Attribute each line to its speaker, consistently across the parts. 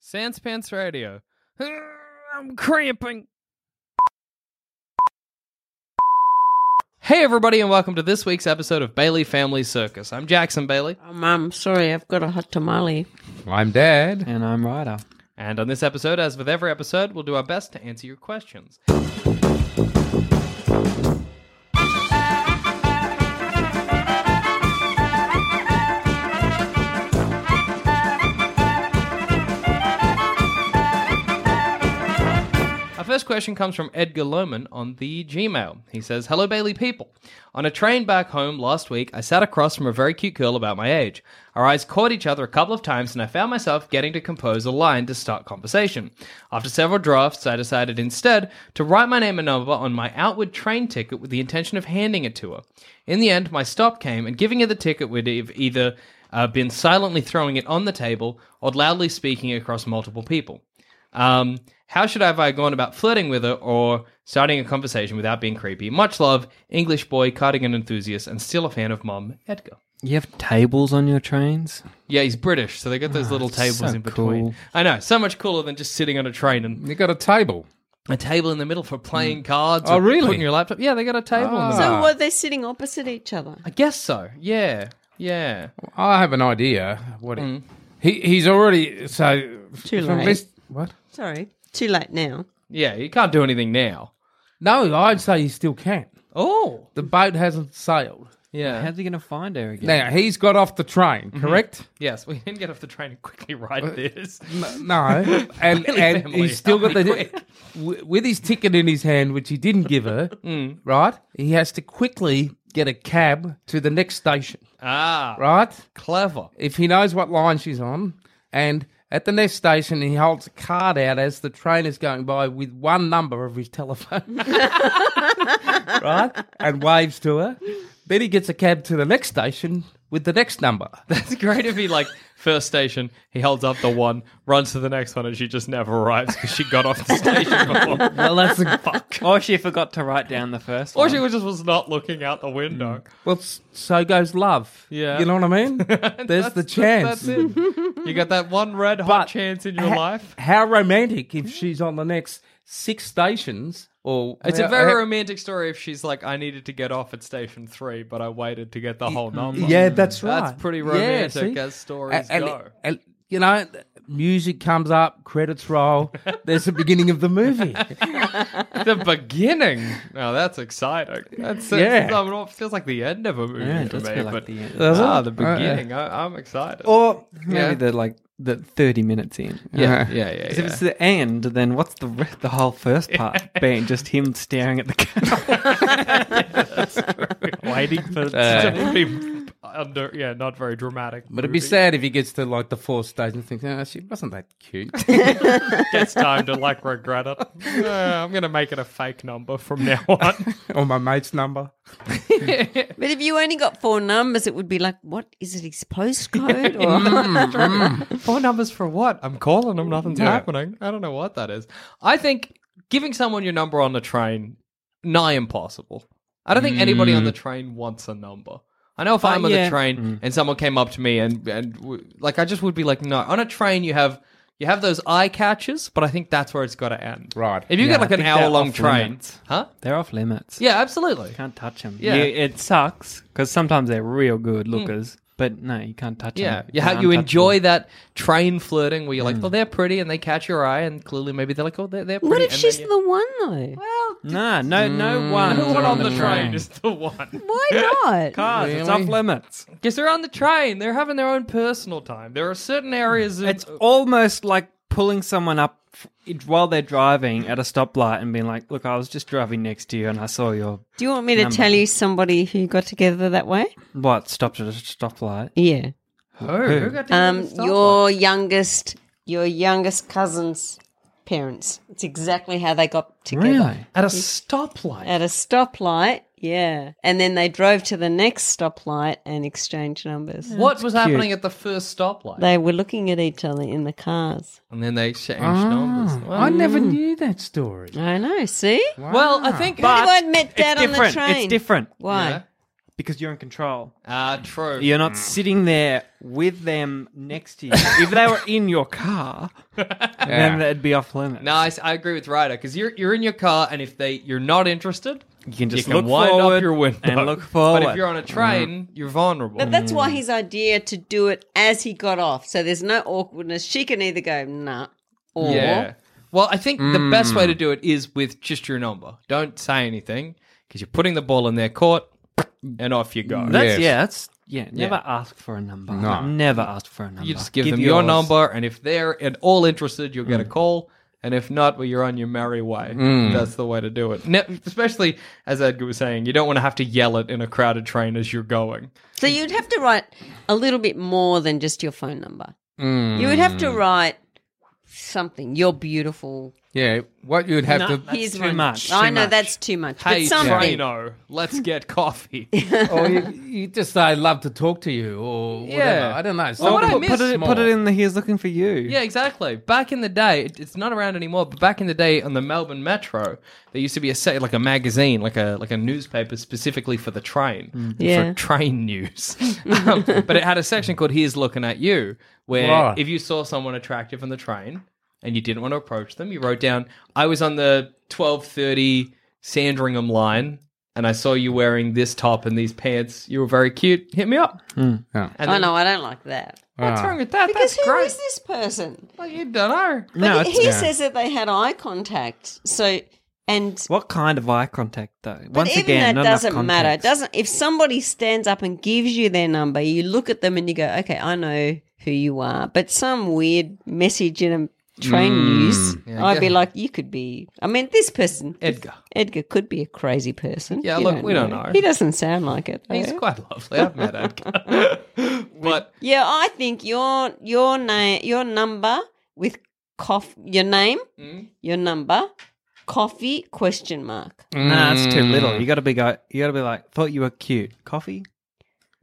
Speaker 1: Sans Pants Radio. I'm cramping. Hey, everybody, and welcome to this week's episode of Bailey Family Circus. I'm Jackson Bailey,
Speaker 2: Oh, Mum, sorry, I've got a hot tamale.
Speaker 3: I'm Dad.
Speaker 4: And I'm Ryder.
Speaker 1: and on this episode, as with every episode, we'll do our best to answer your questions. Our first question comes from Edgar Lohman on the Gmail. He says, Hello, Bailey people. On a train back home last week, I sat across from a very cute girl about my age. Our eyes caught each other a couple of times, and I found myself getting to compose a line to start conversation. After several drafts, I decided instead to write my name and number on my outward train ticket with the intention of handing it to her. In the end, my stop came, and giving her the ticket would have either uh, been silently throwing it on the table or loudly speaking across multiple people. Um, how should I have I gone about flirting with her or starting a conversation without being creepy? Much love, English boy, cardigan enthusiast, and still a fan of Mum Edgar.
Speaker 4: You have tables on your trains?
Speaker 1: Yeah, he's British, so they got those little tables
Speaker 4: so
Speaker 1: in between.
Speaker 4: cool.
Speaker 1: I know, so much cooler than just sitting on a train and
Speaker 3: You got a table.
Speaker 1: a table in the middle for playing cards.
Speaker 3: Oh,
Speaker 1: or
Speaker 3: really?
Speaker 1: Putting your laptop. Yeah, they got a table. In the
Speaker 3: Ah.
Speaker 1: middle.
Speaker 2: So were they sitting opposite each other?
Speaker 1: I guess so. Yeah, yeah.
Speaker 3: I have an idea. What it- he he's already so
Speaker 2: Too
Speaker 3: from
Speaker 2: late.
Speaker 3: this- what?
Speaker 2: Sorry, too late now.
Speaker 1: Yeah, you can't do anything now.
Speaker 3: No, I'd say he still can.
Speaker 1: Oh,
Speaker 3: The boat hasn't sailed.
Speaker 1: yeah.
Speaker 4: How's he going to find her again?
Speaker 3: Now he's got off the train, correct?
Speaker 1: Yes, we didn't get off the train and quickly write this.
Speaker 3: N- No, and and
Speaker 1: family,
Speaker 3: he's still got
Speaker 1: help me
Speaker 3: the w- with his ticket in his hand, which he didn't give her. Right, he has to quickly get a cab to the next station.
Speaker 1: Ah,
Speaker 3: Right,
Speaker 1: clever.
Speaker 3: if he knows what line she's on, and at the next station he holds a card out as the train is going by with one number of his telephone, right, and waves to her. Then he gets a cab to the next station with the next number.
Speaker 1: It's great if he like first station, he holds up the one, runs to the next one, and she just never arrives because she got off the station before.
Speaker 4: well, that's a fuck. Or she forgot to write down the first
Speaker 1: Or
Speaker 4: one.
Speaker 1: she was just was not looking out the window.
Speaker 3: Well, s- so goes love.
Speaker 1: Yeah.
Speaker 3: you know what I mean. There's the chance.
Speaker 1: That's it. You got that one red hot
Speaker 3: But
Speaker 1: chance in your
Speaker 3: Ha-
Speaker 1: life.
Speaker 3: How romantic if she's on the next six stations. Or
Speaker 1: It's a very
Speaker 3: Uh,
Speaker 1: romantic story if she's like, I needed to get off at station three, but I waited to get the whole number.
Speaker 3: Yeah, that's right.
Speaker 1: That's pretty
Speaker 3: Yeah,
Speaker 1: romantic
Speaker 3: see?
Speaker 1: as stories
Speaker 3: and,
Speaker 1: go.
Speaker 3: and, you know, music comes up, credits roll. There's the beginning of the movie.
Speaker 1: the beginning. Oh, that's exciting. That's
Speaker 3: Yeah.
Speaker 1: yeah. it feels like the end of a movie
Speaker 4: Yeah, it
Speaker 1: to
Speaker 4: does
Speaker 1: me.
Speaker 4: feel like
Speaker 1: but
Speaker 4: the end.
Speaker 3: Does it?
Speaker 1: ah, the
Speaker 3: Uh,
Speaker 1: beginning. I, I'm excited.
Speaker 4: Or maybe
Speaker 1: Yeah.
Speaker 4: the like the thirty minutes in.
Speaker 1: Yeah, yeah, yeah,
Speaker 4: 'Cause If
Speaker 1: yeah.
Speaker 4: it's the end, then what's the re- the whole first part being? Just him staring at the camera, waiting for.
Speaker 1: It's a pretty under, yeah, not very dramatic.
Speaker 3: Uh, But it'd be
Speaker 1: movie.
Speaker 3: sad if he gets to like the fourth stage and thinks, oh, she wasn't that cute.
Speaker 1: Gets time to like regret it. Uh, I'm gonna make it a fake number from now on.
Speaker 3: or my mate's number.
Speaker 2: But if you only got four numbers, it would be like, what is it? His postcode? Or
Speaker 1: Four numbers for what? I'm calling them. Nothing's happening. I don't know what that is. I think giving someone your number on the train nigh impossible. I don't think anybody on the train wants a number. I know if I'm on
Speaker 4: Mm.
Speaker 1: the
Speaker 4: Uh, yeah. Mm.
Speaker 1: train and someone came up to me and and w- like I just would be like no. On a train you have you have those eye catches, but I think that's where it's got to end.
Speaker 3: Right.
Speaker 1: If you
Speaker 4: Yeah,
Speaker 1: get like
Speaker 4: I
Speaker 1: an
Speaker 4: think they're
Speaker 1: hour long
Speaker 4: off
Speaker 1: train,
Speaker 4: limits.
Speaker 1: huh?
Speaker 4: They're off limits.
Speaker 1: Yeah, absolutely.
Speaker 4: Can't touch him.
Speaker 1: Yeah. Hmm.
Speaker 4: Yeah, it sucks because sometimes they're real good lookers. But no, you can't touch
Speaker 1: Yeah,
Speaker 4: them.
Speaker 1: you, ha- you enjoy that train flirting where you're
Speaker 4: Mm.
Speaker 1: like, oh, they're pretty, and they catch your eye, and clearly maybe they're like, oh, they're, they're pretty.
Speaker 2: What if
Speaker 1: and
Speaker 2: she's
Speaker 1: then
Speaker 2: the one though?
Speaker 4: Nah, no, no one.
Speaker 1: you- one Mm. on the train is the one?
Speaker 2: Why not?
Speaker 4: Cars, it's off limits.
Speaker 1: Because they're on the train, they're having their own personal time. There are certain areas of
Speaker 4: It's almost like pulling someone up f- it- while they're driving at a stoplight and being like, "Look, I was just driving next to you and I saw your
Speaker 2: Do you want me to
Speaker 4: Number.
Speaker 2: tell you somebody who got together that way?
Speaker 4: what stopped at a stoplight."
Speaker 2: Yeah.
Speaker 1: Oh, who got to
Speaker 2: Um,
Speaker 1: get the
Speaker 2: your youngest, your youngest cousin's parents. It's exactly how they got together
Speaker 4: Really?
Speaker 1: at a stoplight.
Speaker 2: at a stoplight. Yeah, and then they drove to the next stoplight and exchanged numbers.
Speaker 1: what was happening at the first stoplight?
Speaker 2: They were looking at each other in the cars.
Speaker 1: and then they exchanged
Speaker 2: Ah.
Speaker 1: numbers. Well,
Speaker 3: I never knew that story.
Speaker 2: I know. See,
Speaker 1: well,
Speaker 2: uh,
Speaker 1: I think.
Speaker 2: Who do I
Speaker 4: But
Speaker 2: met Dad
Speaker 4: it's
Speaker 2: on the
Speaker 4: different.
Speaker 2: train?
Speaker 4: It's different
Speaker 2: Why?
Speaker 1: Yeah.
Speaker 4: because you're in control.
Speaker 1: Ah, true.
Speaker 4: You're not sitting there with them next to you. if they were in your car, then that'd be off limits.
Speaker 1: No, I, s- I agree with Ryder because you're you're in your car, and if they you're not interested, you
Speaker 4: can just look
Speaker 1: wind up
Speaker 4: forward
Speaker 1: your window
Speaker 4: and look
Speaker 1: But
Speaker 4: forward.
Speaker 1: if you're on a train, you're vulnerable.
Speaker 2: But that's why his idea to do it as he got off, so there's no awkwardness. She can either go nah, or
Speaker 1: yeah. Mm. Well, I think the best way to do it is with just your number. Don't say anything because you're putting the ball in their court, and off you go.
Speaker 3: Yes.
Speaker 4: That's yeah. That's yeah. Never ask for a number. Never ask for a number.
Speaker 1: you just give, Mm. them your
Speaker 4: yours.
Speaker 1: number, and if they're at all interested, you'll get a call. And if not, well, you're on your merry way. That's the way to do it. Ne- especially as Edgar was saying, you don't want to have to yell it in a crowded train as you're going.
Speaker 2: So you'd have to write a little bit more than just your phone number.
Speaker 1: Mm.
Speaker 2: You would have to write something. You're beautiful.
Speaker 3: Yeah, what you'd have to.
Speaker 2: Here's
Speaker 4: too
Speaker 2: my-
Speaker 4: much,
Speaker 2: I
Speaker 4: too
Speaker 2: know
Speaker 4: much.
Speaker 2: that's too much.
Speaker 1: Hey,
Speaker 2: but something.
Speaker 1: Trino, let's get coffee.
Speaker 3: or you, you just say love to talk to you or whatever.
Speaker 1: Yeah.
Speaker 3: I don't know.
Speaker 1: Well, what I
Speaker 3: Something
Speaker 1: miss-
Speaker 4: Put it, put it in the here's looking for you.
Speaker 1: Yeah, exactly. Back in the day, it- it's not around anymore. But back in the day, on the Melbourne Metro, there used to be a set like a magazine, like a like a newspaper specifically for the train,
Speaker 3: Hmm.
Speaker 2: Yeah.
Speaker 1: for train news. um, but it had a section called "Here's Looking at You," where
Speaker 3: Right.
Speaker 1: if you saw someone attractive on the train and you didn't want to approach them, you wrote down, "I was on the twelve thirty Sandringham line." And I saw you wearing this top and these pants. You were very cute. Hit me up.
Speaker 3: Hmm. Yeah. Ah.
Speaker 1: And
Speaker 2: Oh
Speaker 1: then-
Speaker 2: no, I don't like that.
Speaker 1: What's wrong with that?
Speaker 2: Because who
Speaker 1: That's
Speaker 2: is
Speaker 1: great.
Speaker 2: this person?
Speaker 1: Well, you don't know.
Speaker 4: No,
Speaker 2: But
Speaker 4: it's,
Speaker 2: he says that they had eye contact. So and
Speaker 4: what kind of eye contact though?
Speaker 2: but
Speaker 4: Once
Speaker 2: even
Speaker 4: again,
Speaker 2: that
Speaker 4: not enough
Speaker 2: doesn't matter. It
Speaker 4: context.
Speaker 2: doesn't if somebody stands up and gives you their number, you look at them and you go, "Okay, I know who you are." But some weird message in a train
Speaker 4: Hmm.
Speaker 2: news, I'd be like, "You could be." I mean, this person,
Speaker 1: Edgar.
Speaker 2: Edgar could be a crazy person.
Speaker 1: Yeah,
Speaker 2: You
Speaker 1: look, we don't know.
Speaker 2: He doesn't sound like it.
Speaker 1: He's
Speaker 2: though.
Speaker 1: quite lovely. I've met Edgar. but
Speaker 2: Yeah, I think your your name, your number with coff, your name,
Speaker 1: Hmm?
Speaker 2: your number, coffee question mark.
Speaker 1: Mm.
Speaker 4: Nah, it's too little. You got to be go. You got to be like, thought you were cute. Coffee.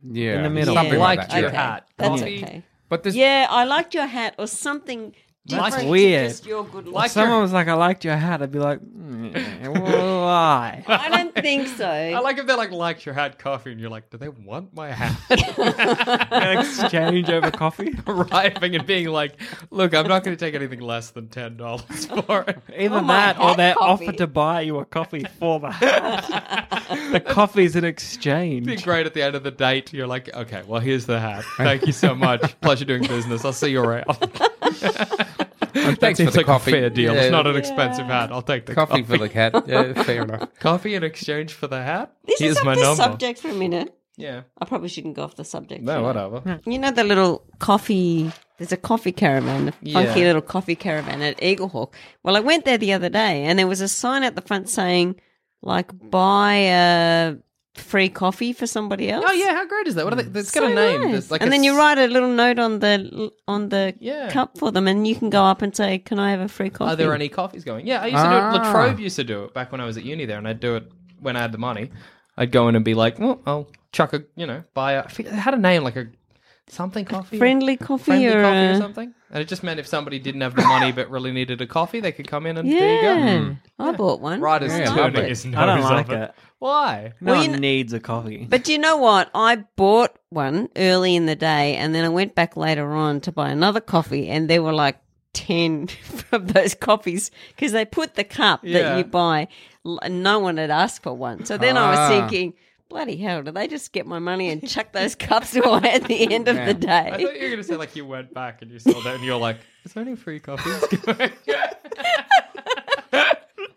Speaker 3: yeah.
Speaker 4: in the middle.
Speaker 3: Something
Speaker 1: Yeah.
Speaker 3: like
Speaker 1: Liked
Speaker 3: that.
Speaker 1: your
Speaker 3: yeah.
Speaker 1: hat.
Speaker 2: That's
Speaker 1: Coffee.
Speaker 2: okay.
Speaker 3: But this,
Speaker 2: Yeah, I liked your hat or something. different to
Speaker 4: weird.
Speaker 2: Just your good
Speaker 4: If
Speaker 2: looks.
Speaker 4: someone was like, I liked your hat, I'd be like, "Mm, why?
Speaker 2: I don't think so.
Speaker 1: I like if they're like, liked your hat coffee, and you're like, do they want my hat?
Speaker 4: Exchange over coffee.
Speaker 1: Arriving and being like, look, I'm not going to take anything less than $10 for it.
Speaker 4: Either
Speaker 2: Oh my
Speaker 4: that, or
Speaker 2: hat
Speaker 4: they
Speaker 2: coffee.
Speaker 4: offer to buy you a coffee for the hat. the coffee's an exchange.
Speaker 1: It'd be great at the end of the date. You're like, okay, well, here's the hat. Thank you so much. Pleasure doing business. I'll see you around.
Speaker 3: thanks for
Speaker 1: Seems
Speaker 3: the
Speaker 1: like
Speaker 3: coffee.
Speaker 1: a fair deal.
Speaker 3: Yeah,
Speaker 1: It's not an expensive hat. I'll take the
Speaker 3: coffee for the cat. Yeah, fair enough.
Speaker 1: Coffee in exchange for the hat?
Speaker 2: this
Speaker 1: here's
Speaker 2: is off
Speaker 1: my
Speaker 2: the
Speaker 1: number.
Speaker 2: subject for a minute.
Speaker 1: Yeah.
Speaker 2: I probably shouldn't go off the subject.
Speaker 1: No,
Speaker 3: Oh,
Speaker 2: for a minute.
Speaker 1: whatever.
Speaker 2: You know the little coffee. There's a coffee caravan, a funky
Speaker 1: Yeah.
Speaker 2: little coffee caravan at Eaglehawk. Well, I went there the other day, and there was a sign at the front saying, like, buy a free coffee for somebody else.
Speaker 1: Oh, yeah. How great is that? What are they? It's got
Speaker 2: Mm. So
Speaker 1: a name.
Speaker 2: nice.
Speaker 1: There's Like
Speaker 2: and
Speaker 1: a
Speaker 2: then you
Speaker 1: s-
Speaker 2: write a little note on the on the
Speaker 1: Yeah.
Speaker 2: cup for them, and you can go up and say, "Can I have a free coffee?" Ah.
Speaker 1: Are there any coffees going? Yeah, I used to do it. Latrobe used to do it back when I was at uni there, and I'd do it when I had the money. I'd go in and be like, well, I'll chuck a, you know, buy a, I forget- it had a name like a something coffee,
Speaker 2: friendly coffee
Speaker 1: friendly
Speaker 2: or,
Speaker 1: coffee or
Speaker 2: a-
Speaker 1: something. And it just meant if somebody didn't have the money but really needed a coffee, they could come in and
Speaker 2: Yeah,
Speaker 1: there you go. Hmm.
Speaker 2: I bought one.
Speaker 1: Right
Speaker 2: I
Speaker 1: as
Speaker 2: liked
Speaker 1: turning
Speaker 2: it.
Speaker 1: his nose
Speaker 4: I don't like
Speaker 1: up at-
Speaker 4: it.
Speaker 1: Why?
Speaker 4: No
Speaker 2: Well, you
Speaker 4: one
Speaker 2: kn-
Speaker 4: needs a coffee.
Speaker 2: But do you know what? I bought one early in the day and then I went back later on to buy another coffee and there were like 10 of those coffees because they put the cup
Speaker 1: Yeah.
Speaker 2: that you buy, l- no one had asked for one. So then I was
Speaker 3: Ah.
Speaker 2: thinking, bloody hell, did they just get my money and chuck those cups to her at the end of the
Speaker 1: I thought
Speaker 2: day?
Speaker 1: you were going to say like you went back and you saw that and you're like, it's only free coffees.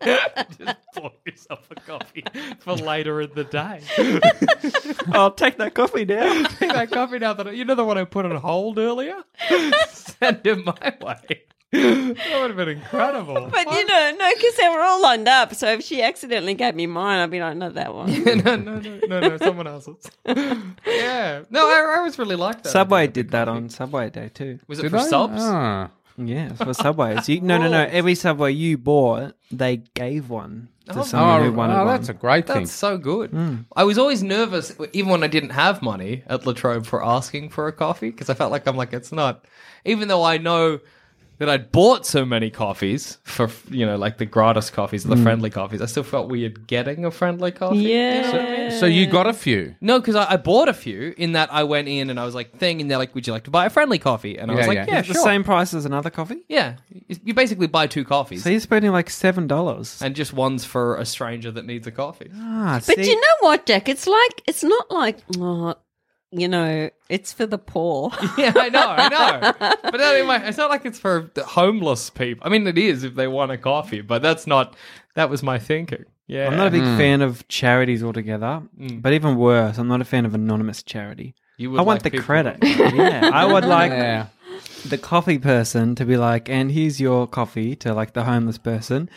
Speaker 1: Just pour yourself a coffee for later in the day.
Speaker 4: I'll take that coffee now.
Speaker 1: Take that coffee now that I- you know the one I put on hold earlier. Send it my way. That would have been incredible.
Speaker 2: But you know, no, because they were all lined up. So if she accidentally gave me mine, I'd be like, not that one.
Speaker 1: no, no, no, no, no, someone else's. yeah. No, I, I always really liked that.
Speaker 4: Subway did that on Subway Day too.
Speaker 1: Was it for subs?
Speaker 3: Ah.
Speaker 4: Yeah, for Subways. You, no, no, no. Every Subway you bought, they gave one to someone
Speaker 3: Oh,
Speaker 4: who wanted
Speaker 3: oh,
Speaker 4: one.
Speaker 3: that's a great
Speaker 1: That's
Speaker 3: thing.
Speaker 1: so good. I was always nervous, even when I didn't have money at Latrobe for asking for a coffee, because I felt like I'm like it's not. Even though I know that I'd bought so many coffees for you know like the gratis coffees, the friendly coffees, I still felt weird getting a friendly coffee.
Speaker 2: yeah.
Speaker 3: So you got a few.
Speaker 1: No, because I, I bought a few. In that I went in and I was like thing, and they're like, "Would you like to buy a friendly coffee?" And I was
Speaker 3: Yeah,
Speaker 1: like,
Speaker 3: yeah.
Speaker 1: "Yeah,
Speaker 4: the
Speaker 1: sure."
Speaker 4: same price as another coffee.
Speaker 1: Yeah, You- you basically buy two coffees,
Speaker 4: So you're spending like seven dollars.
Speaker 1: and just one's for a stranger that needs a coffee.
Speaker 4: Ah,
Speaker 2: But you know what, Jack? It's like it's not like oh, you know, it's for the poor.
Speaker 1: Yeah, I know, I know. But that, in my, it's not like it's for the homeless people. I mean, it is if they want a coffee, but that's not. That was my thinking. Yeah,
Speaker 4: I'm not a big fan of charities altogether. But even worse, I'm not a fan of anonymous charity.
Speaker 1: You
Speaker 4: I want
Speaker 1: like
Speaker 4: the
Speaker 1: people-
Speaker 4: credit. yeah, I would like
Speaker 3: Yeah.
Speaker 4: the coffee person to be like, and here's your coffee to like the homeless person.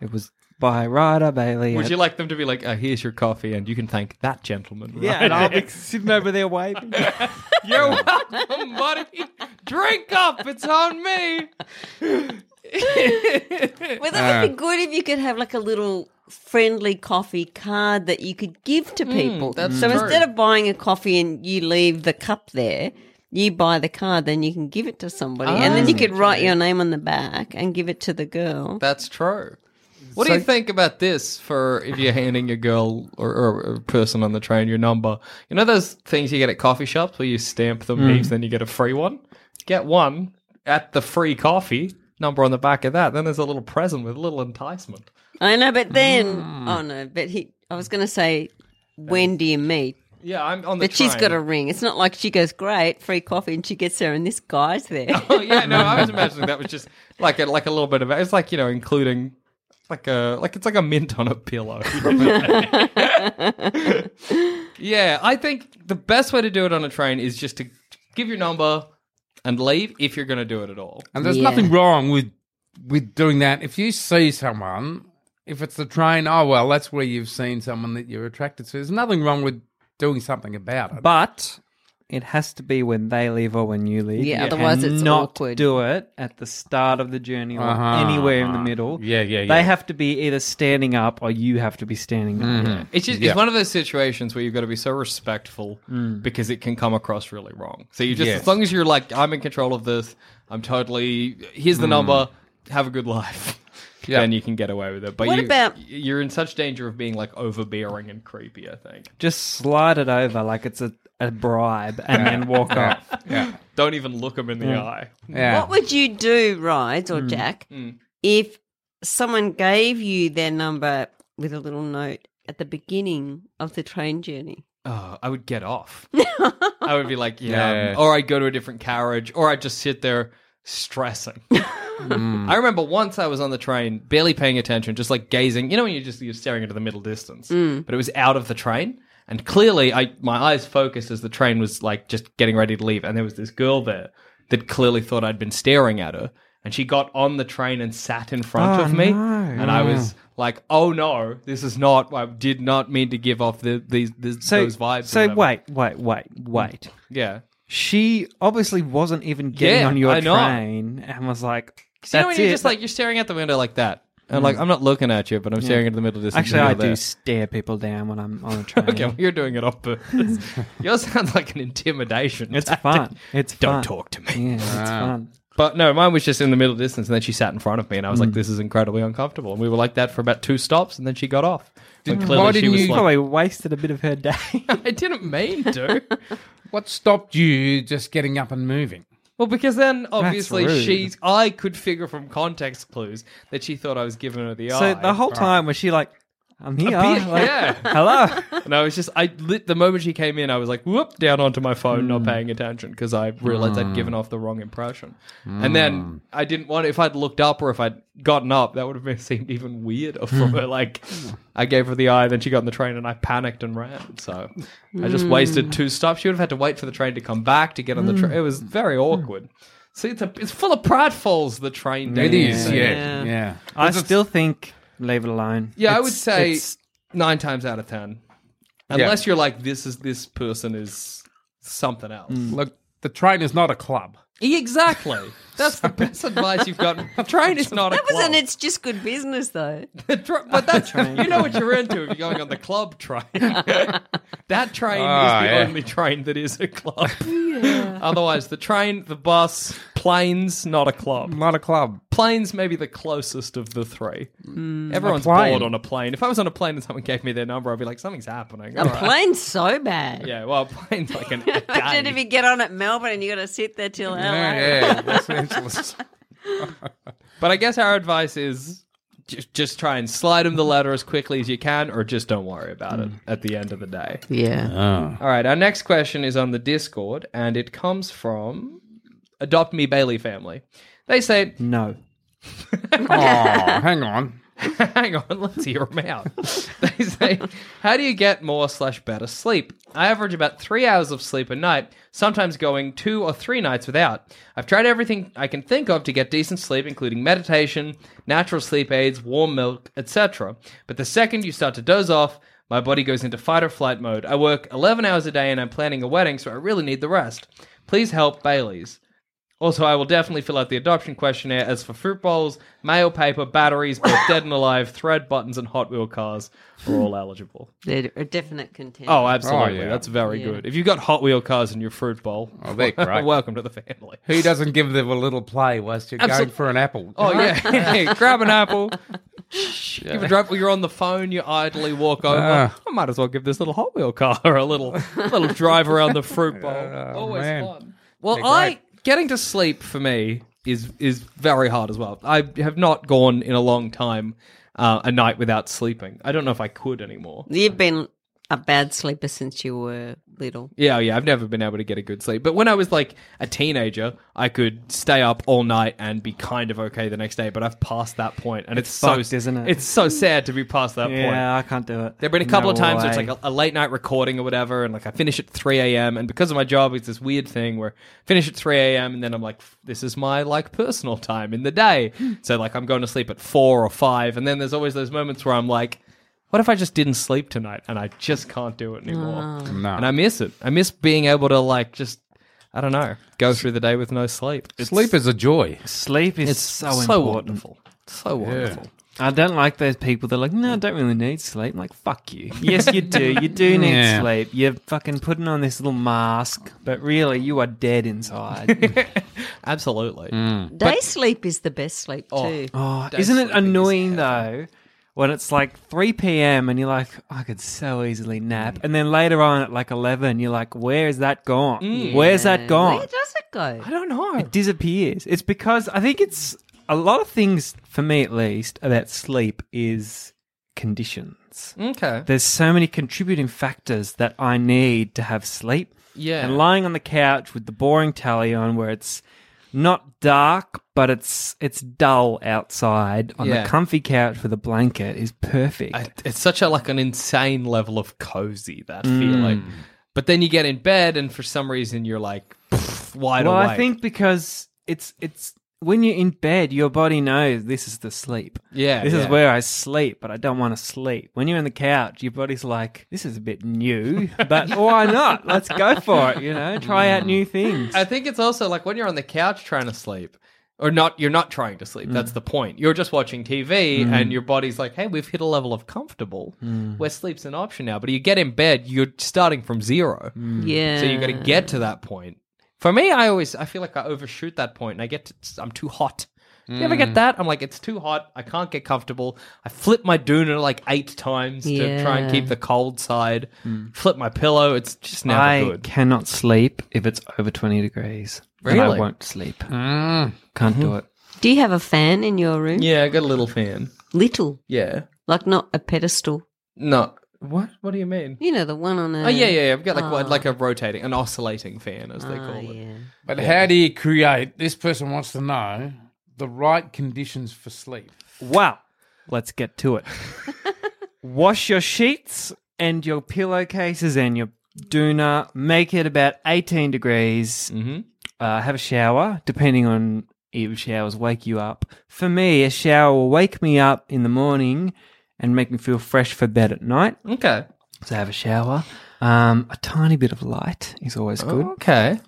Speaker 4: It was by Ryder Bailey.
Speaker 1: Would
Speaker 4: at-
Speaker 1: you like them to be like, oh, "Here's your coffee, and you can thank that gentleman"?
Speaker 4: Yeah,
Speaker 1: right
Speaker 4: and I'll
Speaker 1: there."
Speaker 4: be sitting over there waving.
Speaker 1: You're welcome, buddy. Drink up. It's on me.
Speaker 2: Well, that would be good if you could have like a little friendly coffee card that you could give to people.
Speaker 1: Mm, that's
Speaker 2: so
Speaker 1: true.
Speaker 2: instead of buying a coffee and you leave the cup there, you buy the card, then you can give it to somebody, and then you
Speaker 1: Ah,
Speaker 2: could write your name on the back and give it to the girl.
Speaker 1: That's true. What do you think about this for if you're handing a girl or, or a person on the train your number? You know those things you get at coffee shops where you stamp them heaps, then you get a free one? Get one at the free coffee, number on the back of that. Then there's a little present with a little enticement.
Speaker 2: I know, but then
Speaker 1: Ah.
Speaker 2: oh no, but he. I was going to say, when do you meet?
Speaker 1: Yeah, I'm on the
Speaker 2: But she's got a ring. It's not like she goes, great, free coffee, and she gets there, and this guy's there.
Speaker 1: Oh, yeah, no, I was imagining that was just like a, like a little bit of it's like you know including like a like it's like a mint on a pillow. yeah, I think the best way to do it on a train is just to give your number and leave if you're going to do it at all.
Speaker 3: And there's
Speaker 2: Yeah.
Speaker 3: nothing wrong with with doing that. If you see someone, if it's the train, oh well, that's where you've seen someone that you're attracted to. There's nothing wrong with doing something about it.
Speaker 4: But it has to be when they leave or when you leave.
Speaker 2: Yeah,
Speaker 4: You
Speaker 2: otherwise it's
Speaker 4: cannot
Speaker 2: awkward.
Speaker 4: Do it at the start of the journey or
Speaker 3: Uh-huh.
Speaker 4: anywhere in the middle.
Speaker 3: Yeah, yeah, yeah.
Speaker 4: They have to be either standing up or you have to be standing up.
Speaker 1: It's just
Speaker 3: Yeah.
Speaker 1: it's one of those situations where you've got to be so respectful
Speaker 2: Mm.
Speaker 1: because it can come across really wrong. So you just
Speaker 3: Yes.
Speaker 1: as long as you're like I'm in control of this, I'm totally here's the number, have a good life.
Speaker 3: Mm. Yeah.
Speaker 1: Then you can get away with it. But
Speaker 2: What
Speaker 1: you,
Speaker 2: about-
Speaker 1: you're in such danger of being like overbearing and creepy, I think.
Speaker 4: Just slide it over like it's a, a bribe and then walk off.
Speaker 3: yeah,
Speaker 1: Don't even look them in the eye.
Speaker 3: yeah.
Speaker 2: What would you do, Rides
Speaker 1: Hmm.
Speaker 2: or Jack, if someone gave you their number with a little note at the beginning of the train journey?
Speaker 1: Oh, I would get off. I would be like, yeah,
Speaker 3: Yeah.
Speaker 1: um, or I'd go to a different carriage, or I'd just sit there stressing.
Speaker 4: Hmm.
Speaker 1: I remember once I was on the train, barely paying attention, just like gazing. You know, when you're just you're staring into the middle distance, but it was out of the train, and clearly, I my eyes focused as the train was like just getting ready to leave, and there was this girl there that clearly thought I'd been staring at her, and she got on the train and sat in front
Speaker 4: Oh,
Speaker 1: of me,
Speaker 4: no.
Speaker 1: and I was like, oh no, this is not. I did not mean to give off the, these, these
Speaker 4: So,
Speaker 1: those vibes. or
Speaker 4: so
Speaker 1: whatever.
Speaker 4: wait, wait, wait, wait.
Speaker 1: Yeah.
Speaker 4: She obviously wasn't even getting
Speaker 1: Yeah,
Speaker 4: on your
Speaker 1: I know.
Speaker 4: train and was like,
Speaker 1: So you know
Speaker 4: "That's
Speaker 1: when you're
Speaker 4: it."
Speaker 1: just like you're staring out the window like that. And I'm like, I'm not looking at you, but I'm staring into the middle distance.
Speaker 4: Actually,
Speaker 1: and
Speaker 4: I
Speaker 1: you're
Speaker 4: do
Speaker 1: there.
Speaker 4: stare people down when I'm on a train.
Speaker 1: Okay, well, you're doing it on purpose. Yours sounds like an intimidation.
Speaker 4: It's
Speaker 1: tactic.
Speaker 4: fun. It's
Speaker 1: Don't
Speaker 4: fun.
Speaker 1: talk to me.
Speaker 4: Yeah, it's fun.
Speaker 1: But no, mine was just in the middle distance, and then she sat in front of me, and I was
Speaker 4: Hmm.
Speaker 1: like, "This is incredibly uncomfortable." And we were like that for about two stops, and then she got off. When
Speaker 3: Did-
Speaker 1: clearly
Speaker 3: why
Speaker 1: she
Speaker 3: didn't
Speaker 1: was
Speaker 3: you-
Speaker 1: like-
Speaker 4: Probably wasted a bit of her day.
Speaker 1: I didn't mean to.
Speaker 3: What stopped you just getting up and moving?
Speaker 1: Well, because then obviously
Speaker 4: rude.
Speaker 1: she's. I could figure from context clues that she thought I was giving her the
Speaker 4: so
Speaker 1: eye.
Speaker 4: the whole time was she like, I'm here.
Speaker 1: beer?
Speaker 4: Like,
Speaker 1: Yeah.
Speaker 4: Hello.
Speaker 1: And I was just, I lit the moment she came in, I was like, whoop, down onto my phone,
Speaker 3: Hmm.
Speaker 1: not paying attention because I realized I'd given off the wrong impression. And
Speaker 3: Hmm.
Speaker 1: then I didn't want, if I'd looked up or if I'd gotten up, that would have been, seemed even weirder from
Speaker 3: Hmm.
Speaker 1: her. Like, I gave her the eye, then she got on the train and I panicked and ran. So I
Speaker 3: Hmm.
Speaker 1: just wasted two stops. She would have had to wait for the train to come back to get on the train. It was very
Speaker 3: Hmm.
Speaker 1: awkward. See, it's, a, it's full of pratfalls, the train.
Speaker 3: It
Speaker 1: dating
Speaker 3: is,
Speaker 1: thing.
Speaker 3: yeah. Yeah.
Speaker 4: I still think leave it alone.
Speaker 1: Yeah, I would
Speaker 4: It's-
Speaker 1: say
Speaker 4: it's-
Speaker 1: nine times out of ten, unless you're like, this is this person is something else. E,
Speaker 3: Look, the train is not a club.
Speaker 1: Exactly. That's the best advice you've gotten. The train is not
Speaker 2: That
Speaker 1: a
Speaker 2: was
Speaker 1: club.
Speaker 2: an it's just good business though.
Speaker 1: The tra- but that's you know what you're into if you're going on the club train. that train
Speaker 3: Ah,
Speaker 1: is the
Speaker 3: yeah.
Speaker 1: only train that is a club. Otherwise, the train, the bus, planes, not a club.
Speaker 3: Not a club.
Speaker 1: Planes may be the closest of the three. Everyone's
Speaker 3: Mm. A plane.
Speaker 1: bored on a plane. If I was on a plane and someone gave me their number, I'd be like, something's happening.
Speaker 2: A
Speaker 1: All right.
Speaker 2: plane's so bad.
Speaker 1: Yeah, well, plane's like an.
Speaker 2: Imagine if you get on at Melbourne and you got to sit there till LA.
Speaker 3: Yeah, yeah. Los Angeles.
Speaker 1: But I guess our advice is just, just try and slide him the letter as quickly as you can, or just don't worry about it at the end of the day.
Speaker 2: Yeah.
Speaker 1: All right, our next question is on the Discord, and it comes from Adopt Me Bailey family. They say,
Speaker 4: no.
Speaker 3: Oh, hang on.
Speaker 1: Hang on, let's hear them out. they say, How do you get more slash better sleep? I average about three hours of sleep a night, sometimes going two or three nights without. I've tried everything I can think of to get decent sleep, including meditation, natural sleep aids, warm milk, etc. But the second you start to doze off, my body goes into fight or flight mode. I work 11 hours a day and I'm planning a wedding, so I really need the rest. Please help Bailey's. Also, I will definitely fill out the adoption questionnaire as for fruit bowls, mail paper, batteries, both dead and alive, thread buttons, and Hot Wheel cars are all eligible.
Speaker 2: They're a definite contender.
Speaker 1: Oh, absolutely.
Speaker 3: yeah.
Speaker 1: That's very
Speaker 2: Yeah.
Speaker 1: good. If you've got Hot Wheel cars in your fruit bowl,
Speaker 3: Oh, they're great.
Speaker 1: welcome to the family.
Speaker 3: Who doesn't give them a little play whilst you're
Speaker 1: Absolute-
Speaker 3: going for an apple?
Speaker 1: Oh, yeah. Hey, grab an apple. Give a drive. Well, you're on the phone, you idly walk over.
Speaker 3: Ah.
Speaker 1: I might as well give this little Hot Wheel car a little, little drive around the fruit bowl. Always
Speaker 3: man.
Speaker 1: fun. Well,
Speaker 3: They're
Speaker 1: I
Speaker 3: great.
Speaker 1: getting to sleep for me is is very hard as well. I have not gone in a long time uh, a night without sleeping. I don't know if I could anymore.
Speaker 2: You've been a bad sleeper since you were little.
Speaker 1: Yeah, yeah, I've never been able to get a good sleep. But when I was like a teenager, I could stay up all night and be kind of okay the next day. But I've passed that point, and it's, so
Speaker 4: fucked, isn't it?
Speaker 1: It's so sad to be past that point.
Speaker 4: Yeah, I can't do it.
Speaker 1: There've been a couple
Speaker 4: No
Speaker 1: of times where it's
Speaker 4: way.
Speaker 1: like a, a late night recording or whatever, and like I finish at three a.m. and because of my job, it's this weird thing where I finish at three a.m. and then I'm like, this is my like personal time in the day. so like I'm going to sleep at four or five, and then there's always those moments where I'm like, what if I just didn't sleep tonight? And I just can't do it anymore.
Speaker 4: Ah.
Speaker 3: No.
Speaker 1: And I miss it. I miss being able to like just I don't know go through the day with no sleep. It's
Speaker 3: Sleep is a joy.
Speaker 4: sleep is
Speaker 1: it's
Speaker 4: so,
Speaker 1: so,
Speaker 4: important.
Speaker 1: wonderful, so wonderful.
Speaker 4: I don't like those people that are like, no, I don't really need sleep. I'm like, fuck you. Yes, you do. You do need
Speaker 3: Yeah.
Speaker 4: sleep. You're fucking putting on this little mask, but really, you are dead inside.
Speaker 1: Absolutely.
Speaker 4: Mm.
Speaker 2: Day sleep is the best sleep too.
Speaker 4: oh, isn't it annoying though? When it's like 3 p.m. and you're like, I could so easily nap, and then later on at like 11, you're like, where is that gone? Where's that gone?
Speaker 2: Where does it go?
Speaker 1: I don't know.
Speaker 4: It disappears. It's because I think it's a lot of things for me at least about sleep is conditions.
Speaker 1: okay.
Speaker 4: There's so many contributing factors that I need to have sleep.
Speaker 1: Yeah.
Speaker 4: And lying on the couch with the boring tally on where it's not dark but it's it's dull outside on
Speaker 1: Yeah.
Speaker 4: the comfy couch with a blanket is perfect.
Speaker 1: I, it's such a like an insane level of cozy that
Speaker 4: Mm.
Speaker 1: feeling. But then you get in bed, and for some reason you're like pff, wide
Speaker 4: well,
Speaker 1: awake.
Speaker 4: I think because it's it's when you're in bed, your body knows this is the sleep.
Speaker 1: Yeah,
Speaker 4: this
Speaker 1: yeah.
Speaker 4: is where I sleep, but I don't want to sleep. When you're on the couch, your body's like, this is a bit new, but why not? Let's go for it. You know, try out new things.
Speaker 1: I think it's also like when you're on the couch trying to sleep, or not. You're not trying to sleep.
Speaker 4: Mm.
Speaker 1: That's the point. You're just watching TV, and your body's like, "Hey, we've hit a level of comfortable
Speaker 4: Mm.
Speaker 1: where sleep's an option now." But you get in bed, you're starting from zero.
Speaker 4: Mm.
Speaker 2: Yeah.
Speaker 1: So you got to get to that point. For me, I always I feel like I overshoot that point, and I get to, I'm too hot. Do You ever
Speaker 4: Hmm.
Speaker 1: get that? I'm like, it's too hot. I can't get comfortable. I flip my doona like eight times to try and
Speaker 2: Yeah.
Speaker 1: keep the cold side. Flip my pillow. It's just never
Speaker 4: Hmm. I
Speaker 1: good.
Speaker 4: cannot sleep if it's over 20 degrees. Then I
Speaker 1: Really?
Speaker 4: won't sleep.
Speaker 1: Mm.
Speaker 4: Can't do it.
Speaker 2: Do you have a fan in your room?
Speaker 1: Yeah, I got a little fan.
Speaker 2: Little,
Speaker 1: Yeah,
Speaker 2: like not a pedestal.
Speaker 1: No. What? What do you mean?
Speaker 2: You know the one on a
Speaker 1: Oh yeah, yeah, yeah. I've got like
Speaker 4: Ah.
Speaker 1: what, like a rotating, an oscillating fan, as they
Speaker 2: Ah,
Speaker 1: call it.
Speaker 2: yeah.
Speaker 3: But how do you create? This person wants to know the right conditions for sleep.
Speaker 4: Wow. Let's get to it. Wash your sheets and your pillowcases and your doona. Make it about 18 degrees.
Speaker 1: Mm-hmm.
Speaker 4: Uh, have a shower, depending on if showers wake you up. For me, a shower will wake me up in the morning and make me feel fresh for bed at night.
Speaker 1: Okay.
Speaker 4: So have a shower. Um, a tiny bit of light is always good.
Speaker 1: Okay.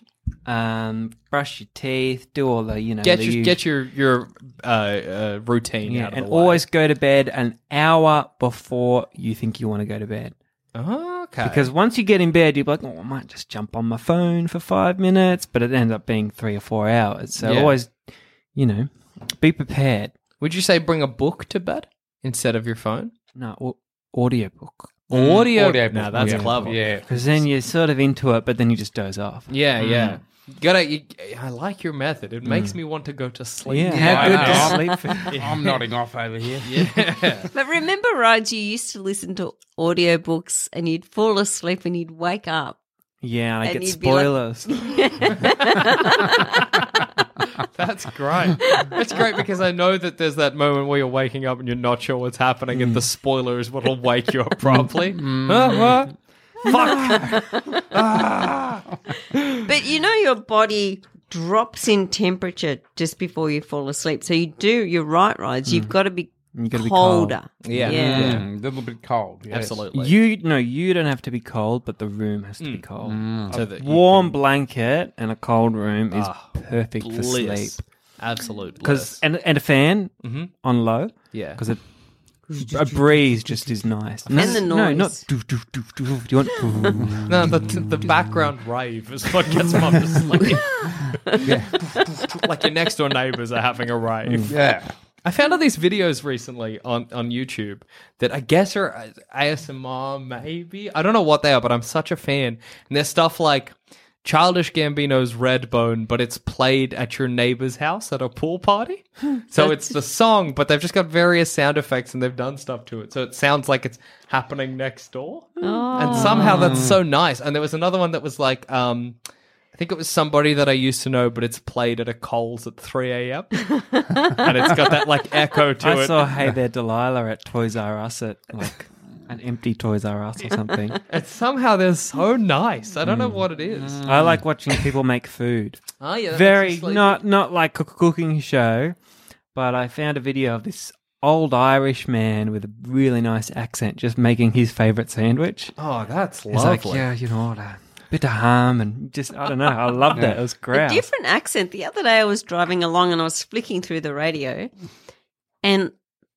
Speaker 4: Um, brush your teeth, do all the, you know,
Speaker 1: Get
Speaker 4: the
Speaker 1: your
Speaker 4: usual-
Speaker 1: get your your uh, uh, routine
Speaker 4: yeah,
Speaker 1: out of
Speaker 4: and
Speaker 1: the way.
Speaker 4: always go to bed an hour before you think you want to go to bed.
Speaker 1: Okay.
Speaker 4: Because once you get in bed, you're like, oh, I might just jump on my phone for five minutes, but it ends up being three or four hours. So
Speaker 1: Yeah.
Speaker 4: always, you know, be prepared.
Speaker 1: would you say bring a book to bed instead of your phone?
Speaker 4: No, au- audiobook.
Speaker 1: Audio.
Speaker 3: Audio
Speaker 1: No,
Speaker 3: book,
Speaker 1: that's
Speaker 3: yeah.
Speaker 1: clever.
Speaker 3: Yeah.
Speaker 4: Because then you're sort of into it, but then you just doze off. Mm.
Speaker 1: Yeah, yeah. You gotta. You, I like your method. It makes me want to go to sleep.
Speaker 4: Yeah,
Speaker 3: I
Speaker 4: how good
Speaker 3: know.
Speaker 4: to sleep. for-
Speaker 3: I'm nodding off over here.
Speaker 1: Yeah.
Speaker 2: But remember, Raj, you used to listen to audiobooks and you'd fall asleep and you'd wake up.
Speaker 4: Yeah, and I
Speaker 2: And
Speaker 4: get
Speaker 2: you'd be like-
Speaker 4: spoilers.
Speaker 1: That's great. That's great because I know that there's that moment where you're waking up and you're not sure what's happening, and the
Speaker 4: Mm.
Speaker 1: spoiler is what'll wake you up Uh-huh. promptly. Huh, what?
Speaker 2: But you know, your body drops in temperature just before you fall asleep. So you do, you're right, Raj. You've got to be
Speaker 4: You gotta be cold.
Speaker 2: colder.
Speaker 1: Yeah.
Speaker 2: Yeah.
Speaker 3: A Hmm, little bit cold. yes.
Speaker 1: Absolutely.
Speaker 4: You no, you don't have to be cold, but the room has to be
Speaker 1: Mm.
Speaker 4: cold.
Speaker 1: So that you
Speaker 4: Warm blanket and a cold room is perfect for sleep.
Speaker 1: Ah, bliss. Absolute
Speaker 4: Because
Speaker 1: bliss.
Speaker 4: and and a fan on low.
Speaker 1: Mm-hmm. Yeah.
Speaker 4: because it a breeze just is nice. No,
Speaker 2: And the
Speaker 4: No,
Speaker 2: noise.
Speaker 4: not doof, doof, doof, doof. Do you want?
Speaker 1: No, the, the background rave is what gets mum to sleep. like your next door neighbors are having a rave.
Speaker 3: Yeah.
Speaker 1: I found all these videos recently on, on YouTube that I guess are uh, ASMR, maybe. I don't know what they are, but I'm such a fan. And there's stuff like Childish Gambino's Redbone, but it's played at your neighbor's house at a pool party. so it's the song, but they've just got various sound effects and they've done stuff to it. So it sounds like it's happening next door. And somehow that's so nice. And there was another one that was like, um, I think it was somebody that I used to know, but it's played at a Coles at 3 a.m. and it's got that like echo to
Speaker 4: I
Speaker 1: it.
Speaker 4: saw Hey There Delilah at Toys R Us at like an empty Toys R Us or something.
Speaker 1: And somehow they're so nice. I don't know what it is.
Speaker 4: I like watching people make food.
Speaker 1: Mm. Oh, yeah, that makes you
Speaker 4: Very
Speaker 1: sleepy.
Speaker 4: not not like a cooking show, but I found a video of this old Irish man with a really nice accent just making his favorite sandwich.
Speaker 1: Oh, that's
Speaker 4: It's like
Speaker 1: lovely.
Speaker 4: yeah, you know, a bit of ham and just I don't know. I loved it. It was
Speaker 2: A
Speaker 4: great.
Speaker 2: different accent. The other day I was driving along and I was flicking through the radio and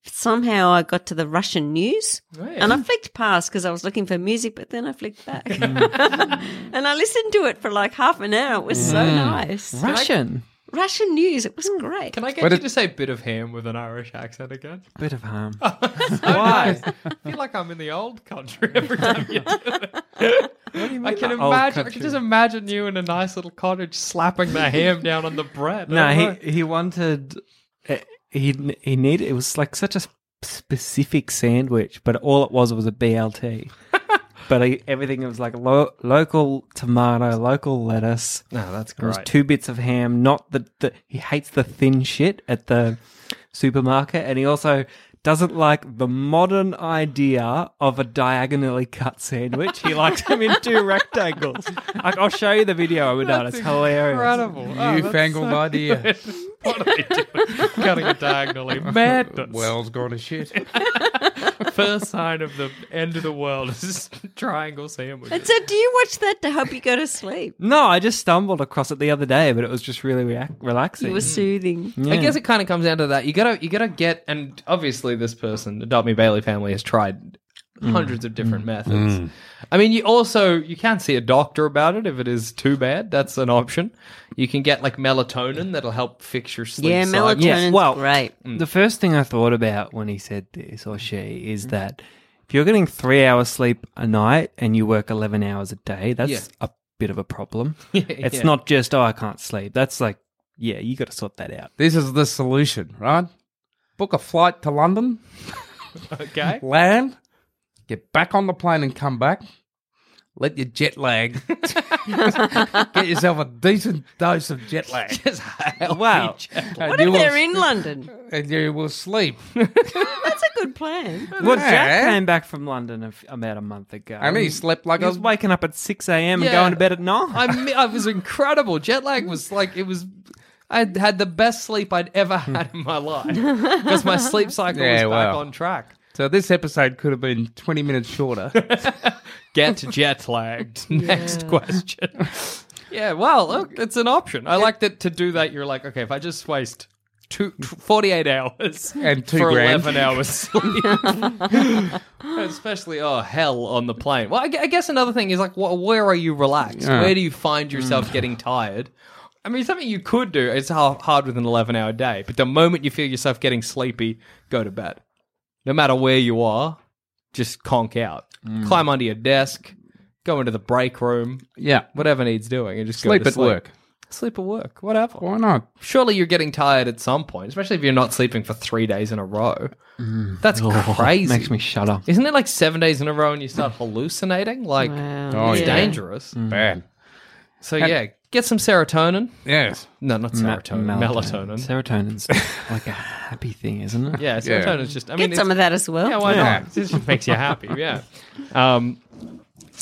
Speaker 2: somehow I got to the Russian news and I flicked past because I was looking for music, but then I flicked back.
Speaker 1: Mm.
Speaker 2: and I listened to it for like half an hour. It was so nice.
Speaker 4: Russian.
Speaker 2: Russian news. It was great.
Speaker 1: Can I get
Speaker 3: But
Speaker 1: you
Speaker 3: it-
Speaker 1: to say bit of ham with an Irish accent again?
Speaker 4: Bit of ham.
Speaker 1: Why? I feel like I'm in the old country every time you do it. I can
Speaker 4: old
Speaker 1: imagine. I
Speaker 4: country?
Speaker 1: can just imagine you in a nice little cottage slapping the ham down on the bread. Oh, I don't
Speaker 4: No,
Speaker 1: know.
Speaker 4: he he wanted eh, he he needed it was like such a sp- specific sandwich, but all it was was a BLT. but he, everything it was like lo- local tomato, local lettuce.
Speaker 1: No, that's
Speaker 4: It was
Speaker 1: great.
Speaker 4: two bits of ham, not the, the he hates the thin shit at the supermarket, and he also doesn't like the modern idea of a diagonally cut sandwich. He likes them in two rectangles. I, I'll show you the video over there. It's hilarious.
Speaker 1: incredible. Oh, that's
Speaker 3: Newfangled idea.
Speaker 1: What are they doing? Cutting it diagonally. Madness.
Speaker 3: Well's gone to shit.
Speaker 1: First sign of the end of the world is triangle
Speaker 2: And
Speaker 1: sandwiches.
Speaker 2: so, do you watch that to help you go to sleep?
Speaker 4: No, I just stumbled across it the other day, but it was just really reac relaxing.
Speaker 2: It
Speaker 1: Mm.
Speaker 2: was soothing.
Speaker 4: Yeah.
Speaker 1: I guess it kind of comes down to that. You gotta, you gotta get, and obviously this person, the Adopt Me Bailey family, has tried
Speaker 4: Mm.
Speaker 1: hundreds of different methods. I mean, you also you can see a doctor about it if it is too bad. That's an option. You can get like melatonin that'll help fix your sleep.
Speaker 2: Yeah,
Speaker 1: cycle.
Speaker 2: melatonin's
Speaker 4: Yes, well-
Speaker 2: great.
Speaker 1: Mm.
Speaker 4: the first thing I thought about when he said this or she is that if you're getting three hours sleep a night and you work 11 hours a day, that's
Speaker 1: Yeah.
Speaker 4: a bit of a problem. it's
Speaker 1: yeah.
Speaker 4: not just, oh, I can't sleep. That's like, yeah, you got to sort that out.
Speaker 3: This is the solution, right? Book a flight to London,
Speaker 1: Okay.
Speaker 3: land, Get back on the plane and come back. Let your jet lag. Get yourself a decent dose of jet lag.
Speaker 4: Wow.
Speaker 3: And
Speaker 2: What
Speaker 3: you
Speaker 2: if
Speaker 3: will-
Speaker 2: they're in London?
Speaker 3: And you will sleep.
Speaker 2: That's a good plan.
Speaker 4: Well, Jack
Speaker 3: Yeah.
Speaker 4: came back from London a f- about a month ago.
Speaker 3: And he slept like
Speaker 4: He
Speaker 3: a
Speaker 4: was waking up at 6 a.m.
Speaker 1: Yeah.
Speaker 4: and going to bed at 9.
Speaker 1: I mi- I was incredible. Jet lag was like it was. I had the best sleep I'd ever had in my life because my sleep cycle was
Speaker 3: Yeah,
Speaker 1: back
Speaker 3: wow.
Speaker 1: on track.
Speaker 3: So this episode could have been 20 minutes shorter.
Speaker 1: Get jet lagged. Next question. Yeah, well, look, it's an option. I like that to do that. You're like, okay, if I just waste two, t- 48 hours
Speaker 3: And two
Speaker 1: for
Speaker 3: grand.
Speaker 1: 11 hours sleep, especially, oh, hell on the plane. Well, I, gu- I guess another thing is like, wh- where are you relaxed?
Speaker 3: Yeah. Mm.
Speaker 1: Where do you find yourself getting tired? I mean, something you could do, it's har- hard with an 11 hour day, but the moment you feel yourself getting sleepy, go to bed. No matter where you are, just conk out.
Speaker 3: Mm.
Speaker 1: Climb under your desk, go into the break room,
Speaker 3: yeah.
Speaker 1: whatever needs doing, and just go
Speaker 3: Sleep
Speaker 1: to
Speaker 3: at work.
Speaker 1: Sleep at work, whatever.
Speaker 3: Why not?
Speaker 1: Surely you're getting tired at some point, especially if you're not sleeping for three days in a row.
Speaker 3: Mm.
Speaker 1: That's
Speaker 3: Oh,
Speaker 1: crazy.
Speaker 4: Makes me shudder.
Speaker 1: Isn't it like seven days in a row and you start hallucinating? Like
Speaker 2: Wow.
Speaker 3: Oh,
Speaker 1: it's
Speaker 3: yeah.
Speaker 1: dangerous.
Speaker 3: Bad.
Speaker 1: So yeah, get some serotonin.
Speaker 3: Yes.
Speaker 1: No, not serotonin. melatonin.
Speaker 4: Serotonin's like a happy thing, isn't it?
Speaker 1: yeah,
Speaker 3: Yeah.
Speaker 1: serotonin's just. I mean,
Speaker 2: Get
Speaker 1: it's-
Speaker 2: some of that as well.
Speaker 1: Oh, Yeah, why
Speaker 3: Yeah.
Speaker 1: not? This just makes you happy. Yeah. Um,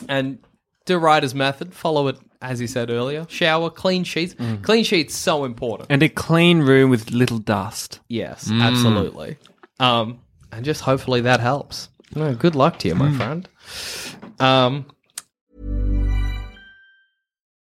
Speaker 1: and do Ryder's method. Follow it as he said earlier. Shower, clean sheets. Clean sheets so important.
Speaker 4: And a clean room with little dust.
Speaker 1: Yes, absolutely. Um, and just hopefully that helps. No, good luck to you, my friend. Um,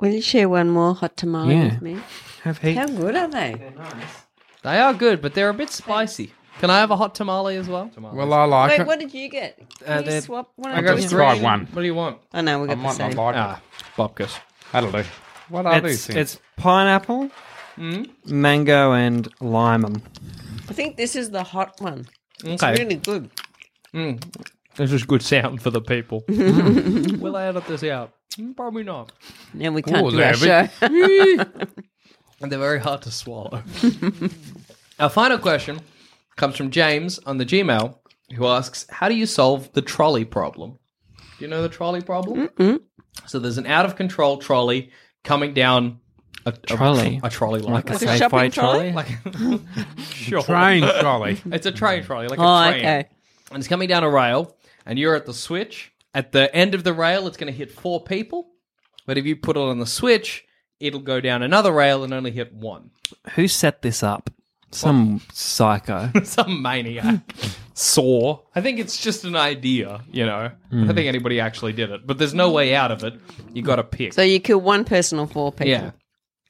Speaker 2: Will you share one more hot tamale
Speaker 4: Yeah.
Speaker 2: with me?
Speaker 4: Have heat.
Speaker 2: How good are they?
Speaker 1: They are good, but they're a bit spicy. Can I have a hot tamale as well?
Speaker 3: Well, I like
Speaker 2: Wait,
Speaker 3: it.
Speaker 2: what did you get?
Speaker 4: Uh,
Speaker 2: Can you
Speaker 4: they're-
Speaker 2: swap one
Speaker 3: I
Speaker 2: of
Speaker 3: got
Speaker 2: those?
Speaker 3: to try one.
Speaker 1: What do you want?
Speaker 2: I know we
Speaker 3: I
Speaker 2: got the
Speaker 3: might not
Speaker 2: same.
Speaker 3: like it.
Speaker 1: Ah, bobkus.
Speaker 3: That'll do. What are these
Speaker 4: It's,
Speaker 3: things?
Speaker 4: it's pineapple,
Speaker 1: Hmm?
Speaker 4: mango, and lemon.
Speaker 2: I think this is the hot one. It's
Speaker 1: Okay.
Speaker 2: really good.
Speaker 1: This is good sound for the people. Will I edit this out? Mm, Probably not.
Speaker 2: Now we can't
Speaker 3: Ooh,
Speaker 2: do our
Speaker 3: there
Speaker 2: show.
Speaker 1: And they're very hard to swallow. Our final question comes from James on the Gmail, who asks, How do you solve the trolley problem? Do you know the trolley problem? So there's an out of control trolley coming down a
Speaker 4: Trolley?
Speaker 1: A, trolley line.
Speaker 4: Like a
Speaker 2: a shopping
Speaker 4: Safeway trolley?
Speaker 1: Like, sure.
Speaker 3: Train trolley.
Speaker 1: It's a train trolley, like
Speaker 2: Oh,
Speaker 1: a train.
Speaker 2: okay.
Speaker 1: And it's coming down a rail, and you're at the switch. At the end of the rail, it's going to hit four people. But if you put it on the switch, it'll go down another rail and only hit one.
Speaker 4: Who set this up? Some psycho.
Speaker 1: Some maniac. Saw. I think it's just an idea, you know.
Speaker 3: Hmm.
Speaker 1: I don't think anybody actually did it, but there's no way out of it. You got to pick.
Speaker 2: So you kill one person or four people.
Speaker 1: yeah.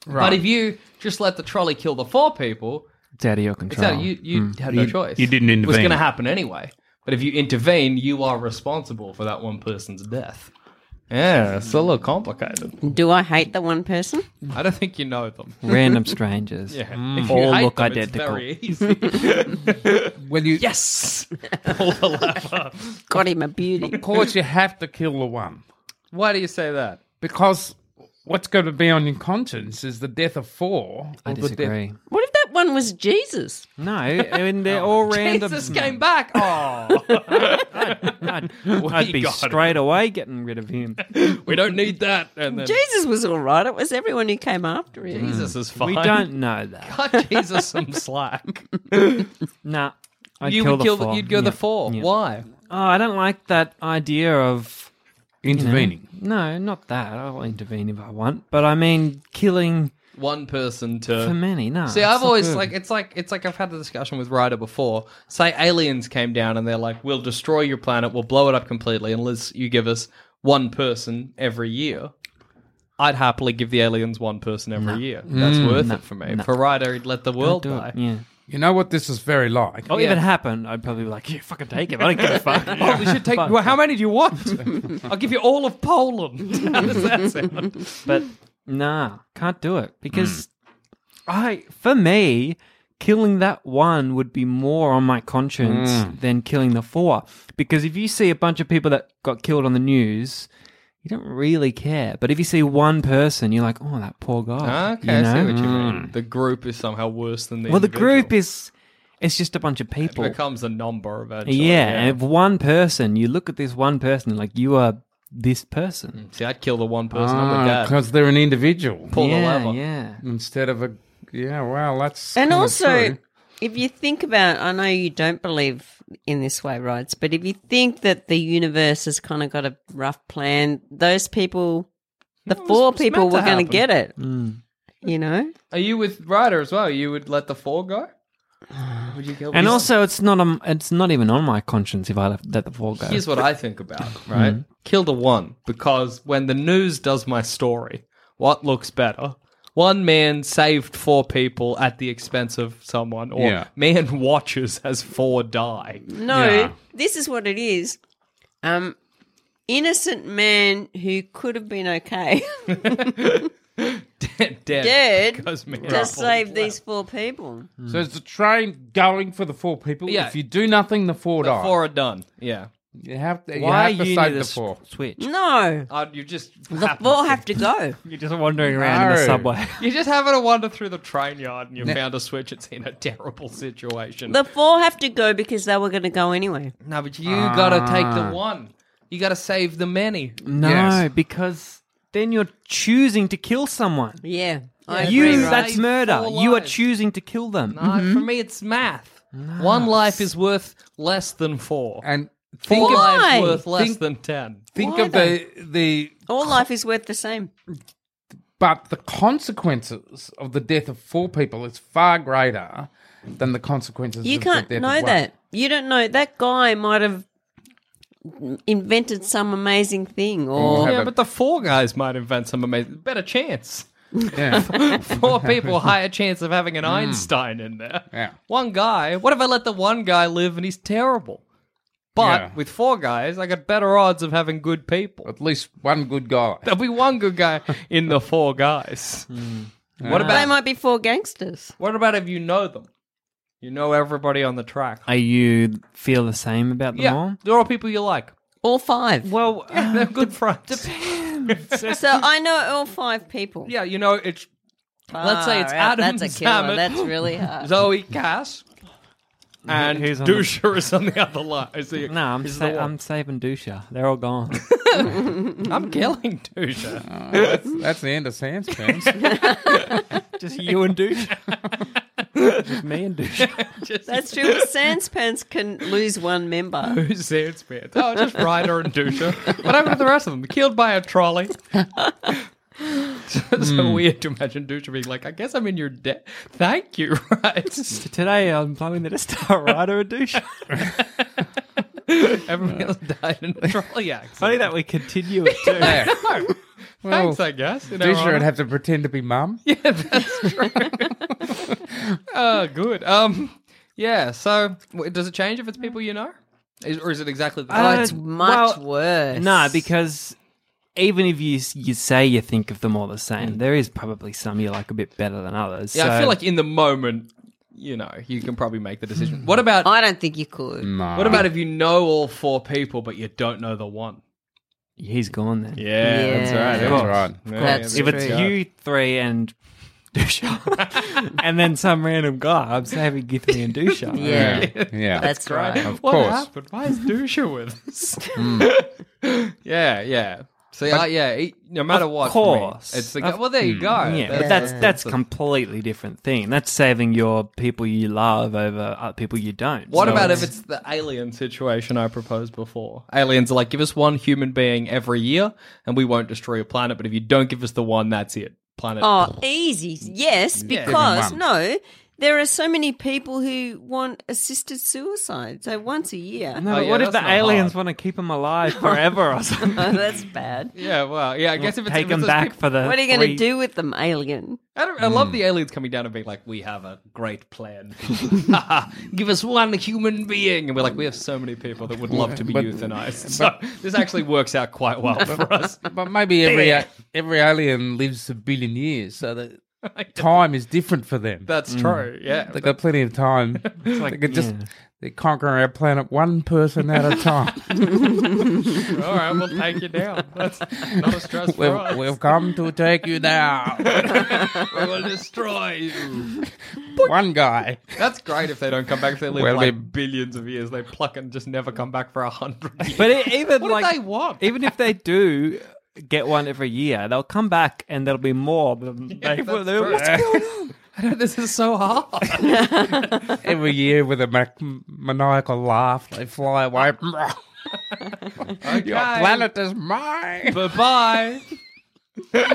Speaker 1: But if you just let the trolley kill the four people,
Speaker 4: it's out of your control.
Speaker 1: Exactly. You, you had no choice.
Speaker 3: Hmm. you didn't
Speaker 1: It was
Speaker 3: intervene.
Speaker 1: going to happen anyway. But if you intervene, you are responsible for that one person's death. Yeah, it's a little complicated.
Speaker 2: Do I hate the one person?
Speaker 1: I don't think you know them.
Speaker 4: Random strangers.
Speaker 1: Yeah.
Speaker 3: Hmm.
Speaker 4: All
Speaker 1: hate
Speaker 4: Oh, look
Speaker 1: them,
Speaker 4: identical.
Speaker 1: It's very easy.
Speaker 3: Well, you,
Speaker 1: yes! Pull the lever.
Speaker 2: Got him a beauty.
Speaker 3: of course, you have to kill the one
Speaker 1: Why do you say that?
Speaker 3: because what's going to be on your conscience is the death of four.
Speaker 4: I
Speaker 3: or the death-
Speaker 4: disagree.
Speaker 2: What if that one one was Jesus.
Speaker 4: No, I mean they're all random.
Speaker 1: Oh, Jesus came back. Oh,
Speaker 4: I'd,
Speaker 1: We
Speaker 4: I'd be
Speaker 1: got him.
Speaker 4: straight away getting rid of him.
Speaker 1: we don't need that. And then
Speaker 2: Jesus was all right. It was everyone who came after him.
Speaker 1: Jesus is fine.
Speaker 4: We don't know that.
Speaker 1: cut Jesus some slack.
Speaker 4: Nah, I'd
Speaker 1: you
Speaker 4: kill
Speaker 1: would
Speaker 4: the
Speaker 1: kill. The,
Speaker 4: four.
Speaker 1: you'd go
Speaker 4: Yeah,
Speaker 1: the four.
Speaker 4: yeah.
Speaker 1: Why?
Speaker 4: Oh, I don't like that idea of
Speaker 3: Intervening.
Speaker 4: No, not that. I'll intervene if I want, but I mean killing
Speaker 1: One person
Speaker 4: for
Speaker 1: to.
Speaker 4: many. No.
Speaker 1: See,
Speaker 4: it's
Speaker 1: I've
Speaker 4: not
Speaker 1: always
Speaker 4: good.
Speaker 1: like it's like it's like I've had the discussion with Ryder before. Say aliens came down and they're like, "We'll destroy your planet. We'll blow it up completely unless you give us one person every year." I'd happily give the aliens one person every year. That's
Speaker 4: Mm,
Speaker 1: worth it for me. For Ryder, he'd let the world
Speaker 4: Do
Speaker 1: die.
Speaker 4: it. Yeah.
Speaker 3: You know what this is very like?
Speaker 4: Oh,
Speaker 1: Yeah.
Speaker 4: if it happened, I'd probably be like, yeah, fucking take it. I don't give a fuck.
Speaker 1: Oh, we should take. Well, how many do you want? I'll give you all of Poland. How does that sound?
Speaker 4: but nah, can't do it because I, for me, killing that one would be more on my conscience than killing the four. Because if you see a bunch of people that got killed on the news, you don't really care. But if you see one person, you're like, oh, that poor guy.
Speaker 1: Okay,
Speaker 4: you
Speaker 1: I see
Speaker 4: know?
Speaker 1: what you
Speaker 3: Hmm.
Speaker 1: mean. The group is somehow worse than the.
Speaker 4: Well, the
Speaker 1: individual.
Speaker 4: group is, it's just a bunch of
Speaker 1: It
Speaker 4: people.
Speaker 1: becomes a number eventually.
Speaker 4: yeah, and if one person, you look at this one person, like you are this person.
Speaker 1: See, I'd kill the one person. I'm with dad.
Speaker 3: Ah, because they're an individual
Speaker 1: Mm. Pull
Speaker 4: yeah,
Speaker 1: the lever.
Speaker 4: yeah.
Speaker 3: instead of a. Yeah, well, that's
Speaker 2: And
Speaker 3: kinda
Speaker 2: also,
Speaker 3: true.
Speaker 2: if you think about, I know you don't believe in this way, rights, but if you think that the universe has kind of got a rough plan, those people, the four
Speaker 1: it's
Speaker 2: people,
Speaker 1: meant to
Speaker 2: were
Speaker 1: happen.
Speaker 2: going
Speaker 1: Mm.
Speaker 2: to get it. You know,
Speaker 1: Are you with Ryder as well? You would let the four go? Would you kill?
Speaker 4: And
Speaker 1: these-
Speaker 4: also, it's not um, it's not even on my conscience if I left, let the four go.
Speaker 1: here's what I think about.
Speaker 4: Hmm.
Speaker 1: Right, kill the one because when the news does my story, what looks better? One man saved four people at the expense of someone, or
Speaker 3: Yeah.
Speaker 1: man watches as four die.
Speaker 2: no,
Speaker 3: Yeah.
Speaker 2: this is what it is. Um, innocent man who could have been okay,
Speaker 1: dead,
Speaker 2: dead,
Speaker 1: because man
Speaker 2: just save these four people.
Speaker 1: Mm.
Speaker 3: So it's the train going for the four people.
Speaker 1: Yeah.
Speaker 3: If you do nothing, the four
Speaker 1: The
Speaker 3: die.
Speaker 1: four are done. Yeah,
Speaker 3: You have to.
Speaker 4: Why
Speaker 3: you have to
Speaker 4: you
Speaker 3: save
Speaker 4: need
Speaker 3: the
Speaker 4: to s-
Speaker 3: four.
Speaker 4: switch?
Speaker 2: No,
Speaker 1: uh, you just
Speaker 2: the four have to go.
Speaker 4: You're just wandering around in the
Speaker 3: No.
Speaker 4: subway.
Speaker 1: You're just having a wander through the train yard, and you found a switch. It's in a terrible situation.
Speaker 2: The four have to go because they were going to go anyway.
Speaker 1: no, but you gotta take
Speaker 3: Ah.
Speaker 1: the one. You gotta save the many.
Speaker 4: No,
Speaker 3: Yes.
Speaker 4: because then you're choosing to kill someone.
Speaker 2: Yeah, I
Speaker 4: you,
Speaker 2: agree, right?
Speaker 4: that's murder.
Speaker 1: Four
Speaker 4: You are
Speaker 1: lives.
Speaker 4: choosing to kill them.
Speaker 3: Mm-hmm.
Speaker 1: For me, it's math. One life is worth less than four.
Speaker 3: And
Speaker 1: Four
Speaker 3: think of,
Speaker 2: Why?
Speaker 1: lives worth less
Speaker 3: Think-
Speaker 1: than ten.
Speaker 3: think
Speaker 2: Why
Speaker 3: of the the
Speaker 2: All life is worth the same.
Speaker 3: but the consequences of the death of four people is far greater than the consequences.
Speaker 2: You
Speaker 3: of
Speaker 2: can't
Speaker 3: the death
Speaker 2: know
Speaker 3: of one.
Speaker 2: that. You don't know. That guy might have invented some amazing thing or.
Speaker 3: Or have
Speaker 1: Yeah,
Speaker 3: a-
Speaker 1: but the four guys might invent some amazing, better chance.
Speaker 3: yeah.
Speaker 1: Four people, higher chance of having an Einstein in there.
Speaker 3: Mm. Yeah.
Speaker 1: One guy. What if I let the one guy live and he's terrible? But
Speaker 3: Yeah.
Speaker 1: with four guys, I got better odds of having good people.
Speaker 3: At least one good guy.
Speaker 1: There'll be one good guy in the four guys. What
Speaker 2: But they
Speaker 1: about
Speaker 2: might be four gangsters.
Speaker 1: what about if you know them? You know everybody on the track.
Speaker 4: Are you feel the same about them
Speaker 1: yeah,
Speaker 4: all?
Speaker 1: they're all people you like.
Speaker 2: All five.
Speaker 4: Well,
Speaker 1: Yeah, they're good friends.
Speaker 2: so I know all five people.
Speaker 1: yeah, you know it's let's say it's
Speaker 2: Far out,
Speaker 1: Adam
Speaker 2: Ah, That's a killer.
Speaker 1: Salmon.
Speaker 2: That's really hard.
Speaker 1: Zoe Cass. And
Speaker 4: Who's on the-
Speaker 1: Dusha is on the other line. Is the-
Speaker 4: no, I'm
Speaker 1: is
Speaker 4: sa-
Speaker 1: the one.
Speaker 4: I'm saving Dusha. They're all gone.
Speaker 1: I'm killing Dusha.
Speaker 3: that's, that's the end of Sam's plans.
Speaker 4: just you and Dusha. just me and Dusha.
Speaker 2: That's true. Well, Sanspans can lose one member.
Speaker 1: Who's Sans Pants? Oh, just Ryder and Dusha. What happened to the rest of them? Killed by a trolley. so
Speaker 3: Hmm.
Speaker 1: weird to imagine Dusha being like, I guess I'm in your debt. Thank you, right?
Speaker 4: Today I'm plumbing the star rider and Dusha.
Speaker 1: Everybody else died in a trolley
Speaker 4: Funny
Speaker 1: accident.
Speaker 4: that we continue it too.
Speaker 3: yeah.
Speaker 1: Thanks, I guess. in our
Speaker 3: Dusha
Speaker 1: honor.
Speaker 3: would have to pretend to be mum.
Speaker 1: Oh, good. Um, yeah. So, w- does it change if it's people you know, is, or is it exactly the
Speaker 4: Uh,
Speaker 2: Oh, it's much
Speaker 4: well,
Speaker 2: worse.
Speaker 4: Nah, because even if you you say you think of them all the same, there is probably some you like a bit better than others.
Speaker 1: Yeah, I
Speaker 4: So-
Speaker 1: feel like in the moment, you know, you can probably make the
Speaker 3: Hmm.
Speaker 1: decision. What about
Speaker 2: I don't think you could.
Speaker 1: what about if you know all four people but you don't know the one?
Speaker 4: he's gone then.
Speaker 1: Yeah,
Speaker 2: Yeah.
Speaker 3: That's right.
Speaker 4: That's
Speaker 3: That's right.
Speaker 2: That's
Speaker 4: If
Speaker 2: true.
Speaker 4: it's you three and Dusha, and then some random guy. I'm saving Githany and Dusha.
Speaker 2: Yeah.
Speaker 3: Yeah.
Speaker 2: That's right.
Speaker 3: Of
Speaker 1: what
Speaker 3: course.
Speaker 1: happened? Why is Dusha with us?
Speaker 4: Hmm.
Speaker 1: yeah, yeah. So yeah, yeah, he- no matter what, for me,
Speaker 4: course. hmm.
Speaker 1: it's the guy. Well, there you go.
Speaker 4: Yeah, but that's that's completely different thing. That's saving your people you love over other people you don't.
Speaker 1: What
Speaker 4: So
Speaker 1: about if it's the alien situation I proposed before? Aliens are like, give us one human being every year, and we won't destroy your planet. But if you don't give us the one, that's it. Planet.
Speaker 2: Oh, easy. Yes,
Speaker 1: Yeah.
Speaker 2: because
Speaker 3: Give 'em
Speaker 2: no, there are so many people who want assisted suicide. So once a year.
Speaker 4: No,
Speaker 1: Oh,
Speaker 4: but
Speaker 1: yeah,
Speaker 4: what if
Speaker 1: that's
Speaker 4: the
Speaker 1: not
Speaker 4: aliens
Speaker 1: hard.
Speaker 4: want to keep them alive forever or something?
Speaker 2: Oh, that's bad.
Speaker 1: Yeah, well, yeah. I guess if it's,
Speaker 4: Take
Speaker 1: if
Speaker 4: them
Speaker 1: it's
Speaker 4: back
Speaker 1: people-
Speaker 4: for the.
Speaker 2: What are you going to
Speaker 4: free-
Speaker 2: do with them, alien?
Speaker 1: I, don't, I love the aliens coming down and being like, "We have a great plan. Give us one human being," and we're like, "We have so many people that would love to be euthanized." So this actually works out quite well for us.
Speaker 3: But maybe every every alien lives a billion years, so that time is different for them.
Speaker 1: That's true. Yeah.
Speaker 3: They've got plenty of time. they could just they're conquering our planet one person at a time.
Speaker 1: All right, we'll take you down. That's not a stress for us.
Speaker 3: we've, we've come to take you down.
Speaker 1: We will destroy you.
Speaker 3: one guy.
Speaker 1: That's great if they don't come back. If they live
Speaker 3: Well,
Speaker 1: like
Speaker 3: they-
Speaker 1: billions of years, they pluck and just never come back for a hundred.
Speaker 4: But e- even
Speaker 1: What do
Speaker 4: like
Speaker 1: they want?
Speaker 4: even if they do get one every year, they'll come back and there'll be more than they
Speaker 1: that's
Speaker 4: were. they were-
Speaker 1: true.
Speaker 4: What's going on?
Speaker 1: this is so hard.
Speaker 3: Every year with a mac- maniacal laugh, they fly away. Your planet is mine.
Speaker 1: Bye bye.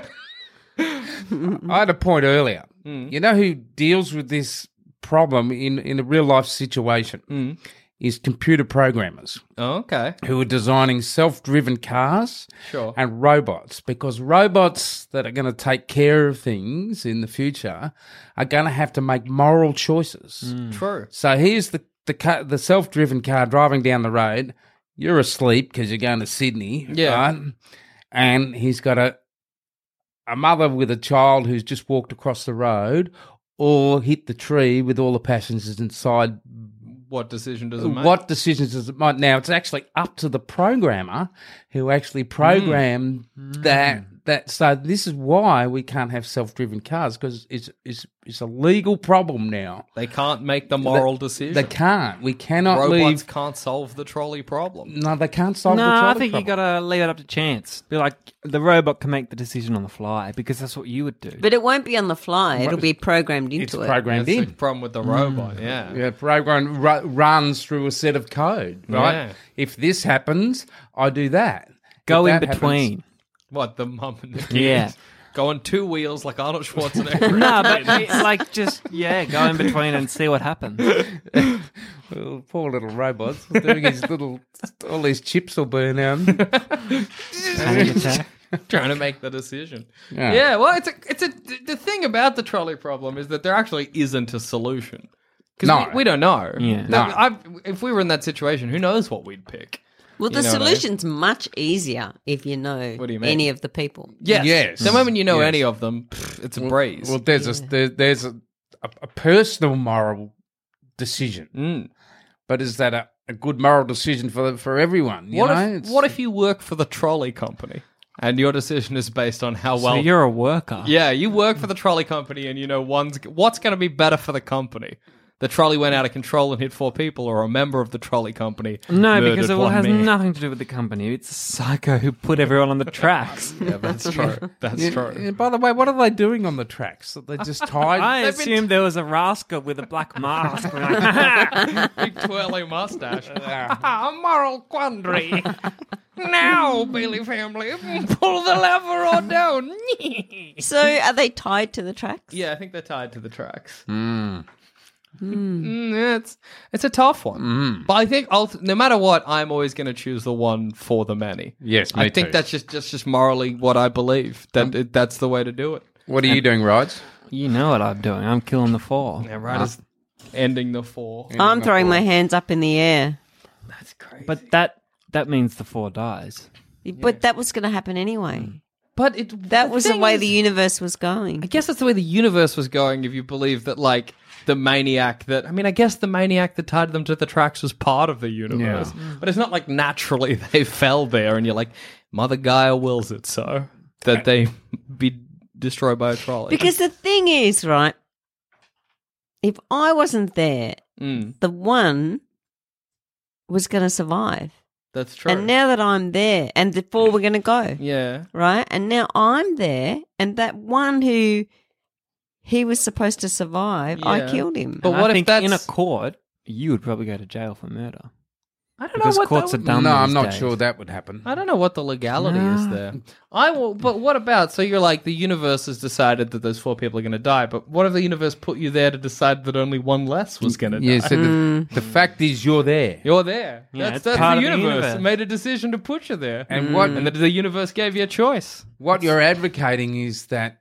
Speaker 3: I had a point earlier. You know who deals with this problem in, in a real life situation is computer programmers
Speaker 1: Okay.
Speaker 3: who are designing self driven cars
Speaker 1: Sure.
Speaker 3: and robots because robots that are going to take care of things in the future are going to have to make moral choices.
Speaker 1: True.
Speaker 3: So here's the the car, the self driven car driving down the road. You're asleep because you're going to Sydney,
Speaker 1: Yeah.
Speaker 3: right? And he's got a a mother with a child who's just walked across the road or hit the tree with all the passengers inside.
Speaker 1: What decision does it make?
Speaker 3: What decisions does it make? Now it's actually up to the programmer who actually programmed that. That so this is why we can't have self driven cars because it's it's it's a legal problem now.
Speaker 1: They can't make the moral decision.
Speaker 3: They can't. We cannot
Speaker 1: Robots
Speaker 3: leave
Speaker 1: can't solve the trolley problem.
Speaker 3: No, they can't solve the
Speaker 4: No,
Speaker 3: trolley
Speaker 4: I think you
Speaker 3: problem.
Speaker 4: got to leave it up to chance. Be like the robot can make the decision on the fly because that's what you would do.
Speaker 2: But it won't be on the fly. It'll be programmed into
Speaker 3: It's
Speaker 2: it.
Speaker 3: programmed
Speaker 1: That's the
Speaker 3: in.
Speaker 1: problem with the robot. Yeah.
Speaker 3: Mm. Yeah, program ru- runs through a set of code, right?
Speaker 1: Yeah.
Speaker 3: If this happens, I do that.
Speaker 4: Go
Speaker 3: If
Speaker 4: in
Speaker 3: that happens-
Speaker 4: between.
Speaker 1: What the mum and the kid
Speaker 4: Yeah.
Speaker 1: go on two wheels like Arnold Schwarzenegger.
Speaker 4: no, but like just yeah, go in between and see what happens.
Speaker 3: Oh, poor little robots doing his little, all these chips will burn out.
Speaker 4: Panic attack.
Speaker 1: trying to make the decision.
Speaker 3: Yeah.
Speaker 1: Yeah. well, it's a, it's a. th- The thing about the trolley problem is that there actually isn't a solution. 'Cause
Speaker 3: No.
Speaker 1: we, we don't know.
Speaker 4: Yeah.
Speaker 1: No,
Speaker 3: No.
Speaker 1: I've, if we were in that situation, who knows what we'd pick?
Speaker 2: Well, the
Speaker 1: know what I mean?
Speaker 2: solution's much easier if you know
Speaker 1: What do you mean?
Speaker 2: any of the people.
Speaker 1: Yes.
Speaker 3: Yes.
Speaker 1: The moment you know
Speaker 3: Yes.
Speaker 1: any of them, pff, it's a breeze.
Speaker 3: Well, there's a there, there's a, a, a personal moral decision,
Speaker 1: Mm.
Speaker 3: but is that a, a good moral decision for for everyone? You
Speaker 1: what
Speaker 3: know?
Speaker 1: if what if you work for the trolley company and your decision is based on how
Speaker 4: so
Speaker 1: well
Speaker 4: you're a worker.
Speaker 1: Yeah, you work for the trolley company, and you know one's what's going to be better for the company. The trolley went out of control and hit four people, or a member of the trolley company.
Speaker 4: No,
Speaker 1: murdered
Speaker 4: because it all
Speaker 1: one
Speaker 4: has
Speaker 1: man.
Speaker 4: nothing to do with the company. It's a psycho who put everyone on the tracks.
Speaker 1: Yeah, that's true. That's true.
Speaker 3: And by the way, what are they doing on the tracks? Are they just tied?
Speaker 4: I assumed there was a rascal with a black mask. We're like,
Speaker 1: Big twirly mustache. a moral quandary. now, Billy family, pull the lever or down.
Speaker 2: So are they tied to the tracks?
Speaker 1: yeah, I think they're tied to the tracks. Mm, yeah, it's it's a tough one, but I think I'll, no matter what, I'm always going to choose the one for the many.
Speaker 3: Yes,
Speaker 1: I think that's just that's just morally what I believe that it, that's the way to do it.
Speaker 3: What are you doing, Rhodes?
Speaker 4: you know what I'm doing. I'm killing the four. Uh,
Speaker 1: Yeah, right. is ending the four.
Speaker 2: I'm throwing my hands up in the air.
Speaker 1: That's crazy. But
Speaker 4: But that that means the four dies.
Speaker 2: But that was going to happen anyway.
Speaker 1: but it
Speaker 2: That was the
Speaker 1: Hmm. thing
Speaker 2: way
Speaker 1: is-
Speaker 2: the universe was
Speaker 1: I
Speaker 2: going.
Speaker 1: guess that's the way the universe was going. If you believe that, like the maniac that I mean, I guess the maniac that tied them to the tracks was part of the universe, but it's not like naturally they fell there, and you're like, Mother Gaia wills it so that they be destroyed by a trolley.
Speaker 2: Because the thing is, right? If I wasn't there,
Speaker 1: Mm,
Speaker 2: the one was going to survive.
Speaker 1: that's true.
Speaker 2: And now that I'm there, and the four were going to go,
Speaker 1: yeah,
Speaker 2: right? And now I'm there, and that one who he was supposed to survive, I
Speaker 1: Yeah. Oh,
Speaker 2: killed him.
Speaker 1: But
Speaker 4: And I
Speaker 1: what if
Speaker 4: think in a
Speaker 1: that's-
Speaker 4: court you would probably go to jail for murder?
Speaker 1: I don't
Speaker 4: Because
Speaker 1: know what
Speaker 4: courts
Speaker 1: that
Speaker 4: are
Speaker 1: would-
Speaker 4: dumb
Speaker 3: no,
Speaker 4: these
Speaker 3: I'm not
Speaker 4: days.
Speaker 3: sure that would happen.
Speaker 1: I don't know what the legality is
Speaker 4: Nah.
Speaker 1: there. I will, but what about? So you're like the universe has decided that those four people are going to die, but what if the universe put you there to decide that only one less was going to
Speaker 3: Yeah,
Speaker 1: die?
Speaker 3: so the,
Speaker 4: Mm.
Speaker 3: the fact is you're there.
Speaker 1: You're there.
Speaker 4: Yeah,
Speaker 1: that's
Speaker 4: it's
Speaker 1: that's
Speaker 4: part
Speaker 1: the
Speaker 4: of the
Speaker 1: universe. It
Speaker 4: universe.
Speaker 1: made a decision to put you there,
Speaker 3: And what-
Speaker 1: and the, the universe gave you a choice.
Speaker 3: What you're advocating is that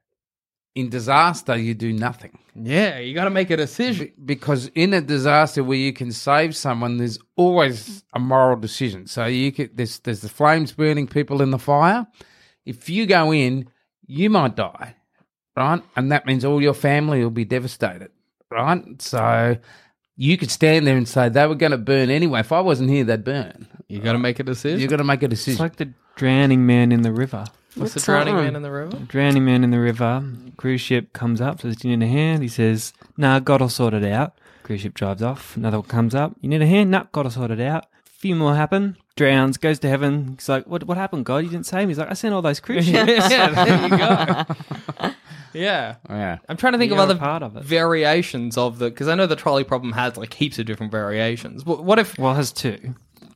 Speaker 3: in disaster you do nothing.
Speaker 1: Yeah, you got to make a decision.
Speaker 3: Be- Because in a disaster where you can save someone, there's always a moral decision. So you could, there's there's the flames burning people in the fire. If you go in, you might die, right? And that means all your family will be devastated, right? So you could stand there and say they were going to burn anyway. If I wasn't here, they'd burn.
Speaker 1: You got to make a decision.
Speaker 3: You've got to make a
Speaker 4: It's
Speaker 3: decision.
Speaker 4: like the drowning man in the river.
Speaker 1: What's the drowning man in the river?
Speaker 4: Drowning man in the river. Cruise ship comes up, says, Do you need a hand? He says, Nah, God will sort it out. Cruise ship drives off. Another one comes up. You need a hand? Nah, God will sort it out. Few more happen. Drowns, goes to heaven. He's like, What what happened, God? You didn't save me. He's like, I sent all those cruise ships.
Speaker 1: yeah, there you go. Yeah.
Speaker 3: yeah.
Speaker 1: I'm trying to think
Speaker 4: You're
Speaker 1: of
Speaker 4: a
Speaker 1: other
Speaker 4: part of it.
Speaker 1: variations of the because I know the trolley problem has like heaps of different variations. What, what if?
Speaker 4: well, it has two.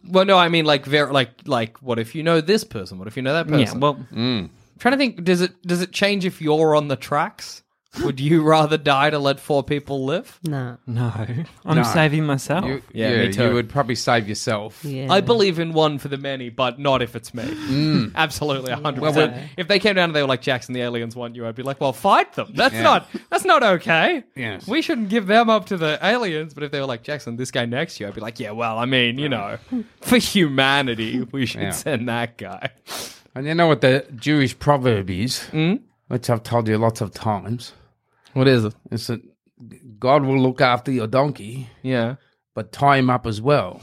Speaker 1: Well, no, I mean like ver- like like what if you know this person? What if you know that person?
Speaker 4: Yeah, well,
Speaker 3: Mm.
Speaker 1: I'm trying to think. Does it does it change if you're on the tracks? Would you rather die to let four people live?
Speaker 2: no.
Speaker 4: no. I'm
Speaker 3: No.
Speaker 4: saving myself.
Speaker 3: You,
Speaker 1: Yeah,
Speaker 3: yeah,
Speaker 1: me too.
Speaker 3: you would probably save yourself.
Speaker 2: Yeah.
Speaker 1: I believe in one for the many, but not if it's me.
Speaker 3: Mm.
Speaker 1: Absolutely, hundred percent. If they came down and they were like Jackson, the aliens want you, I'd be like, well, fight them. That's not that's not okay.
Speaker 3: Yes.
Speaker 1: we shouldn't give them up to the aliens. But if they were like Jackson, this guy next to you, I'd be like, yeah, well, I mean, you know, for humanity, we should
Speaker 3: Yeah.
Speaker 1: send that guy.
Speaker 3: And you know what the Jewish proverb is, mm? which I've told you lots of times.
Speaker 1: Hmm? What is it?
Speaker 3: It's that God will look after your donkey,
Speaker 1: Yeah,
Speaker 3: but tie him up as well.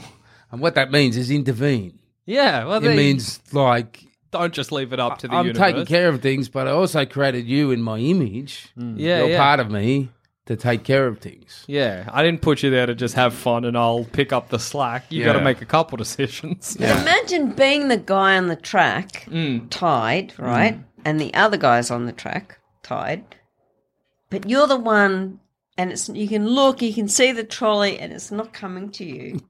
Speaker 3: And what that means is intervene.
Speaker 1: yeah. Well,
Speaker 3: It
Speaker 1: they
Speaker 3: means like
Speaker 1: don't just leave it up to the
Speaker 3: I'm
Speaker 1: universe.
Speaker 3: taking care of things, but I also created you in my image.
Speaker 1: Hmm. Yeah,
Speaker 3: You're
Speaker 1: yeah.
Speaker 3: part of me to take care of things.
Speaker 1: yeah, I didn't put you there to just have fun and I'll pick up the slack. You got to
Speaker 3: Yeah.
Speaker 1: make a couple decisions.
Speaker 2: Imagine being the guy on the track tied, right? And the other guy's on the track tied. But you're the one and it's you can look, you can see the trolley and it's not coming to you.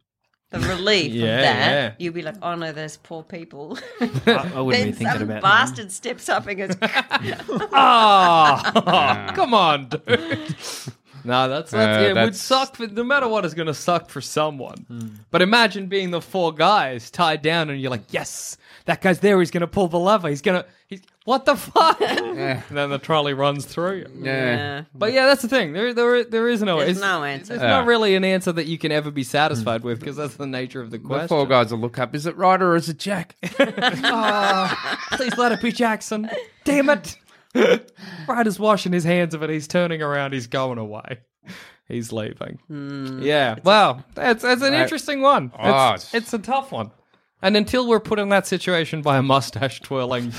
Speaker 2: The relief
Speaker 1: Yeah,
Speaker 2: of that.
Speaker 1: yeah.
Speaker 2: You'll be like, Oh no, those poor people.
Speaker 4: I, I wouldn't be
Speaker 2: then
Speaker 4: thinking
Speaker 2: some
Speaker 4: about that.
Speaker 2: bastard steps up and goes
Speaker 1: Ah, come on, dude. No, that's, that's
Speaker 3: Uh,
Speaker 1: yeah, it would
Speaker 3: that's-
Speaker 1: suck for no matter what is going to suck for someone. But imagine being the four guys tied down, and you're like, "Yes, that guy's there. He's going to pull the lever. He's going to. He's what the fuck?" And then the trolley runs through you.
Speaker 2: yeah.
Speaker 1: But yeah, that's the thing. There, there, there is no.
Speaker 2: There's
Speaker 1: it's-
Speaker 2: no answer.
Speaker 1: There's not really an answer that you can ever be satisfied with because that's the nature of the
Speaker 3: The
Speaker 1: question.
Speaker 3: four guys will look up. Is it right or is it Jack?
Speaker 1: Please let it be Jackson. Damn it. Ryder's washing his hands of it. He's turning around. He's going away. He's leaving. Yeah. Wow. That's, that's an interesting one.
Speaker 3: Ah,
Speaker 1: It's, it's a tough one. And until we're put in that situation by a mustache twirling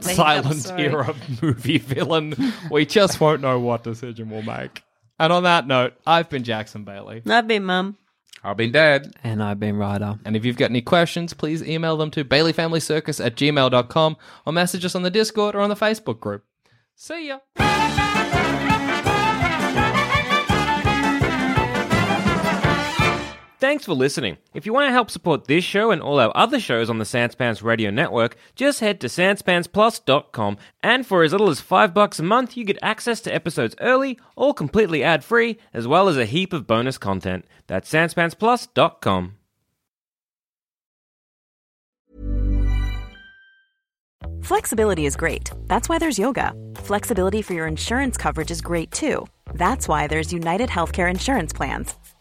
Speaker 1: silent era movie villain, we just won't know what decision we'll make. And on that note, I've been Jackson Bailey.
Speaker 2: That'd be mum.
Speaker 3: I've been dead.
Speaker 4: And I've been Ryder.
Speaker 1: And if you've got any questions, please email them to baileyfamilycircus at gmail.com or message us on the Discord or on the Facebook group. See ya.
Speaker 5: Thanks for listening. If you want to help support this show and all our other shows on the Sanspants Radio Network, just head to sanspantsplus.com and for as little as 5 bucks a month, you get access to episodes early, all completely ad-free, as well as a heap of bonus content. That's sanspantsplus.com.
Speaker 6: Flexibility is great. That's why there's yoga. Flexibility for your insurance coverage is great too. That's why there's United Healthcare Insurance Plans.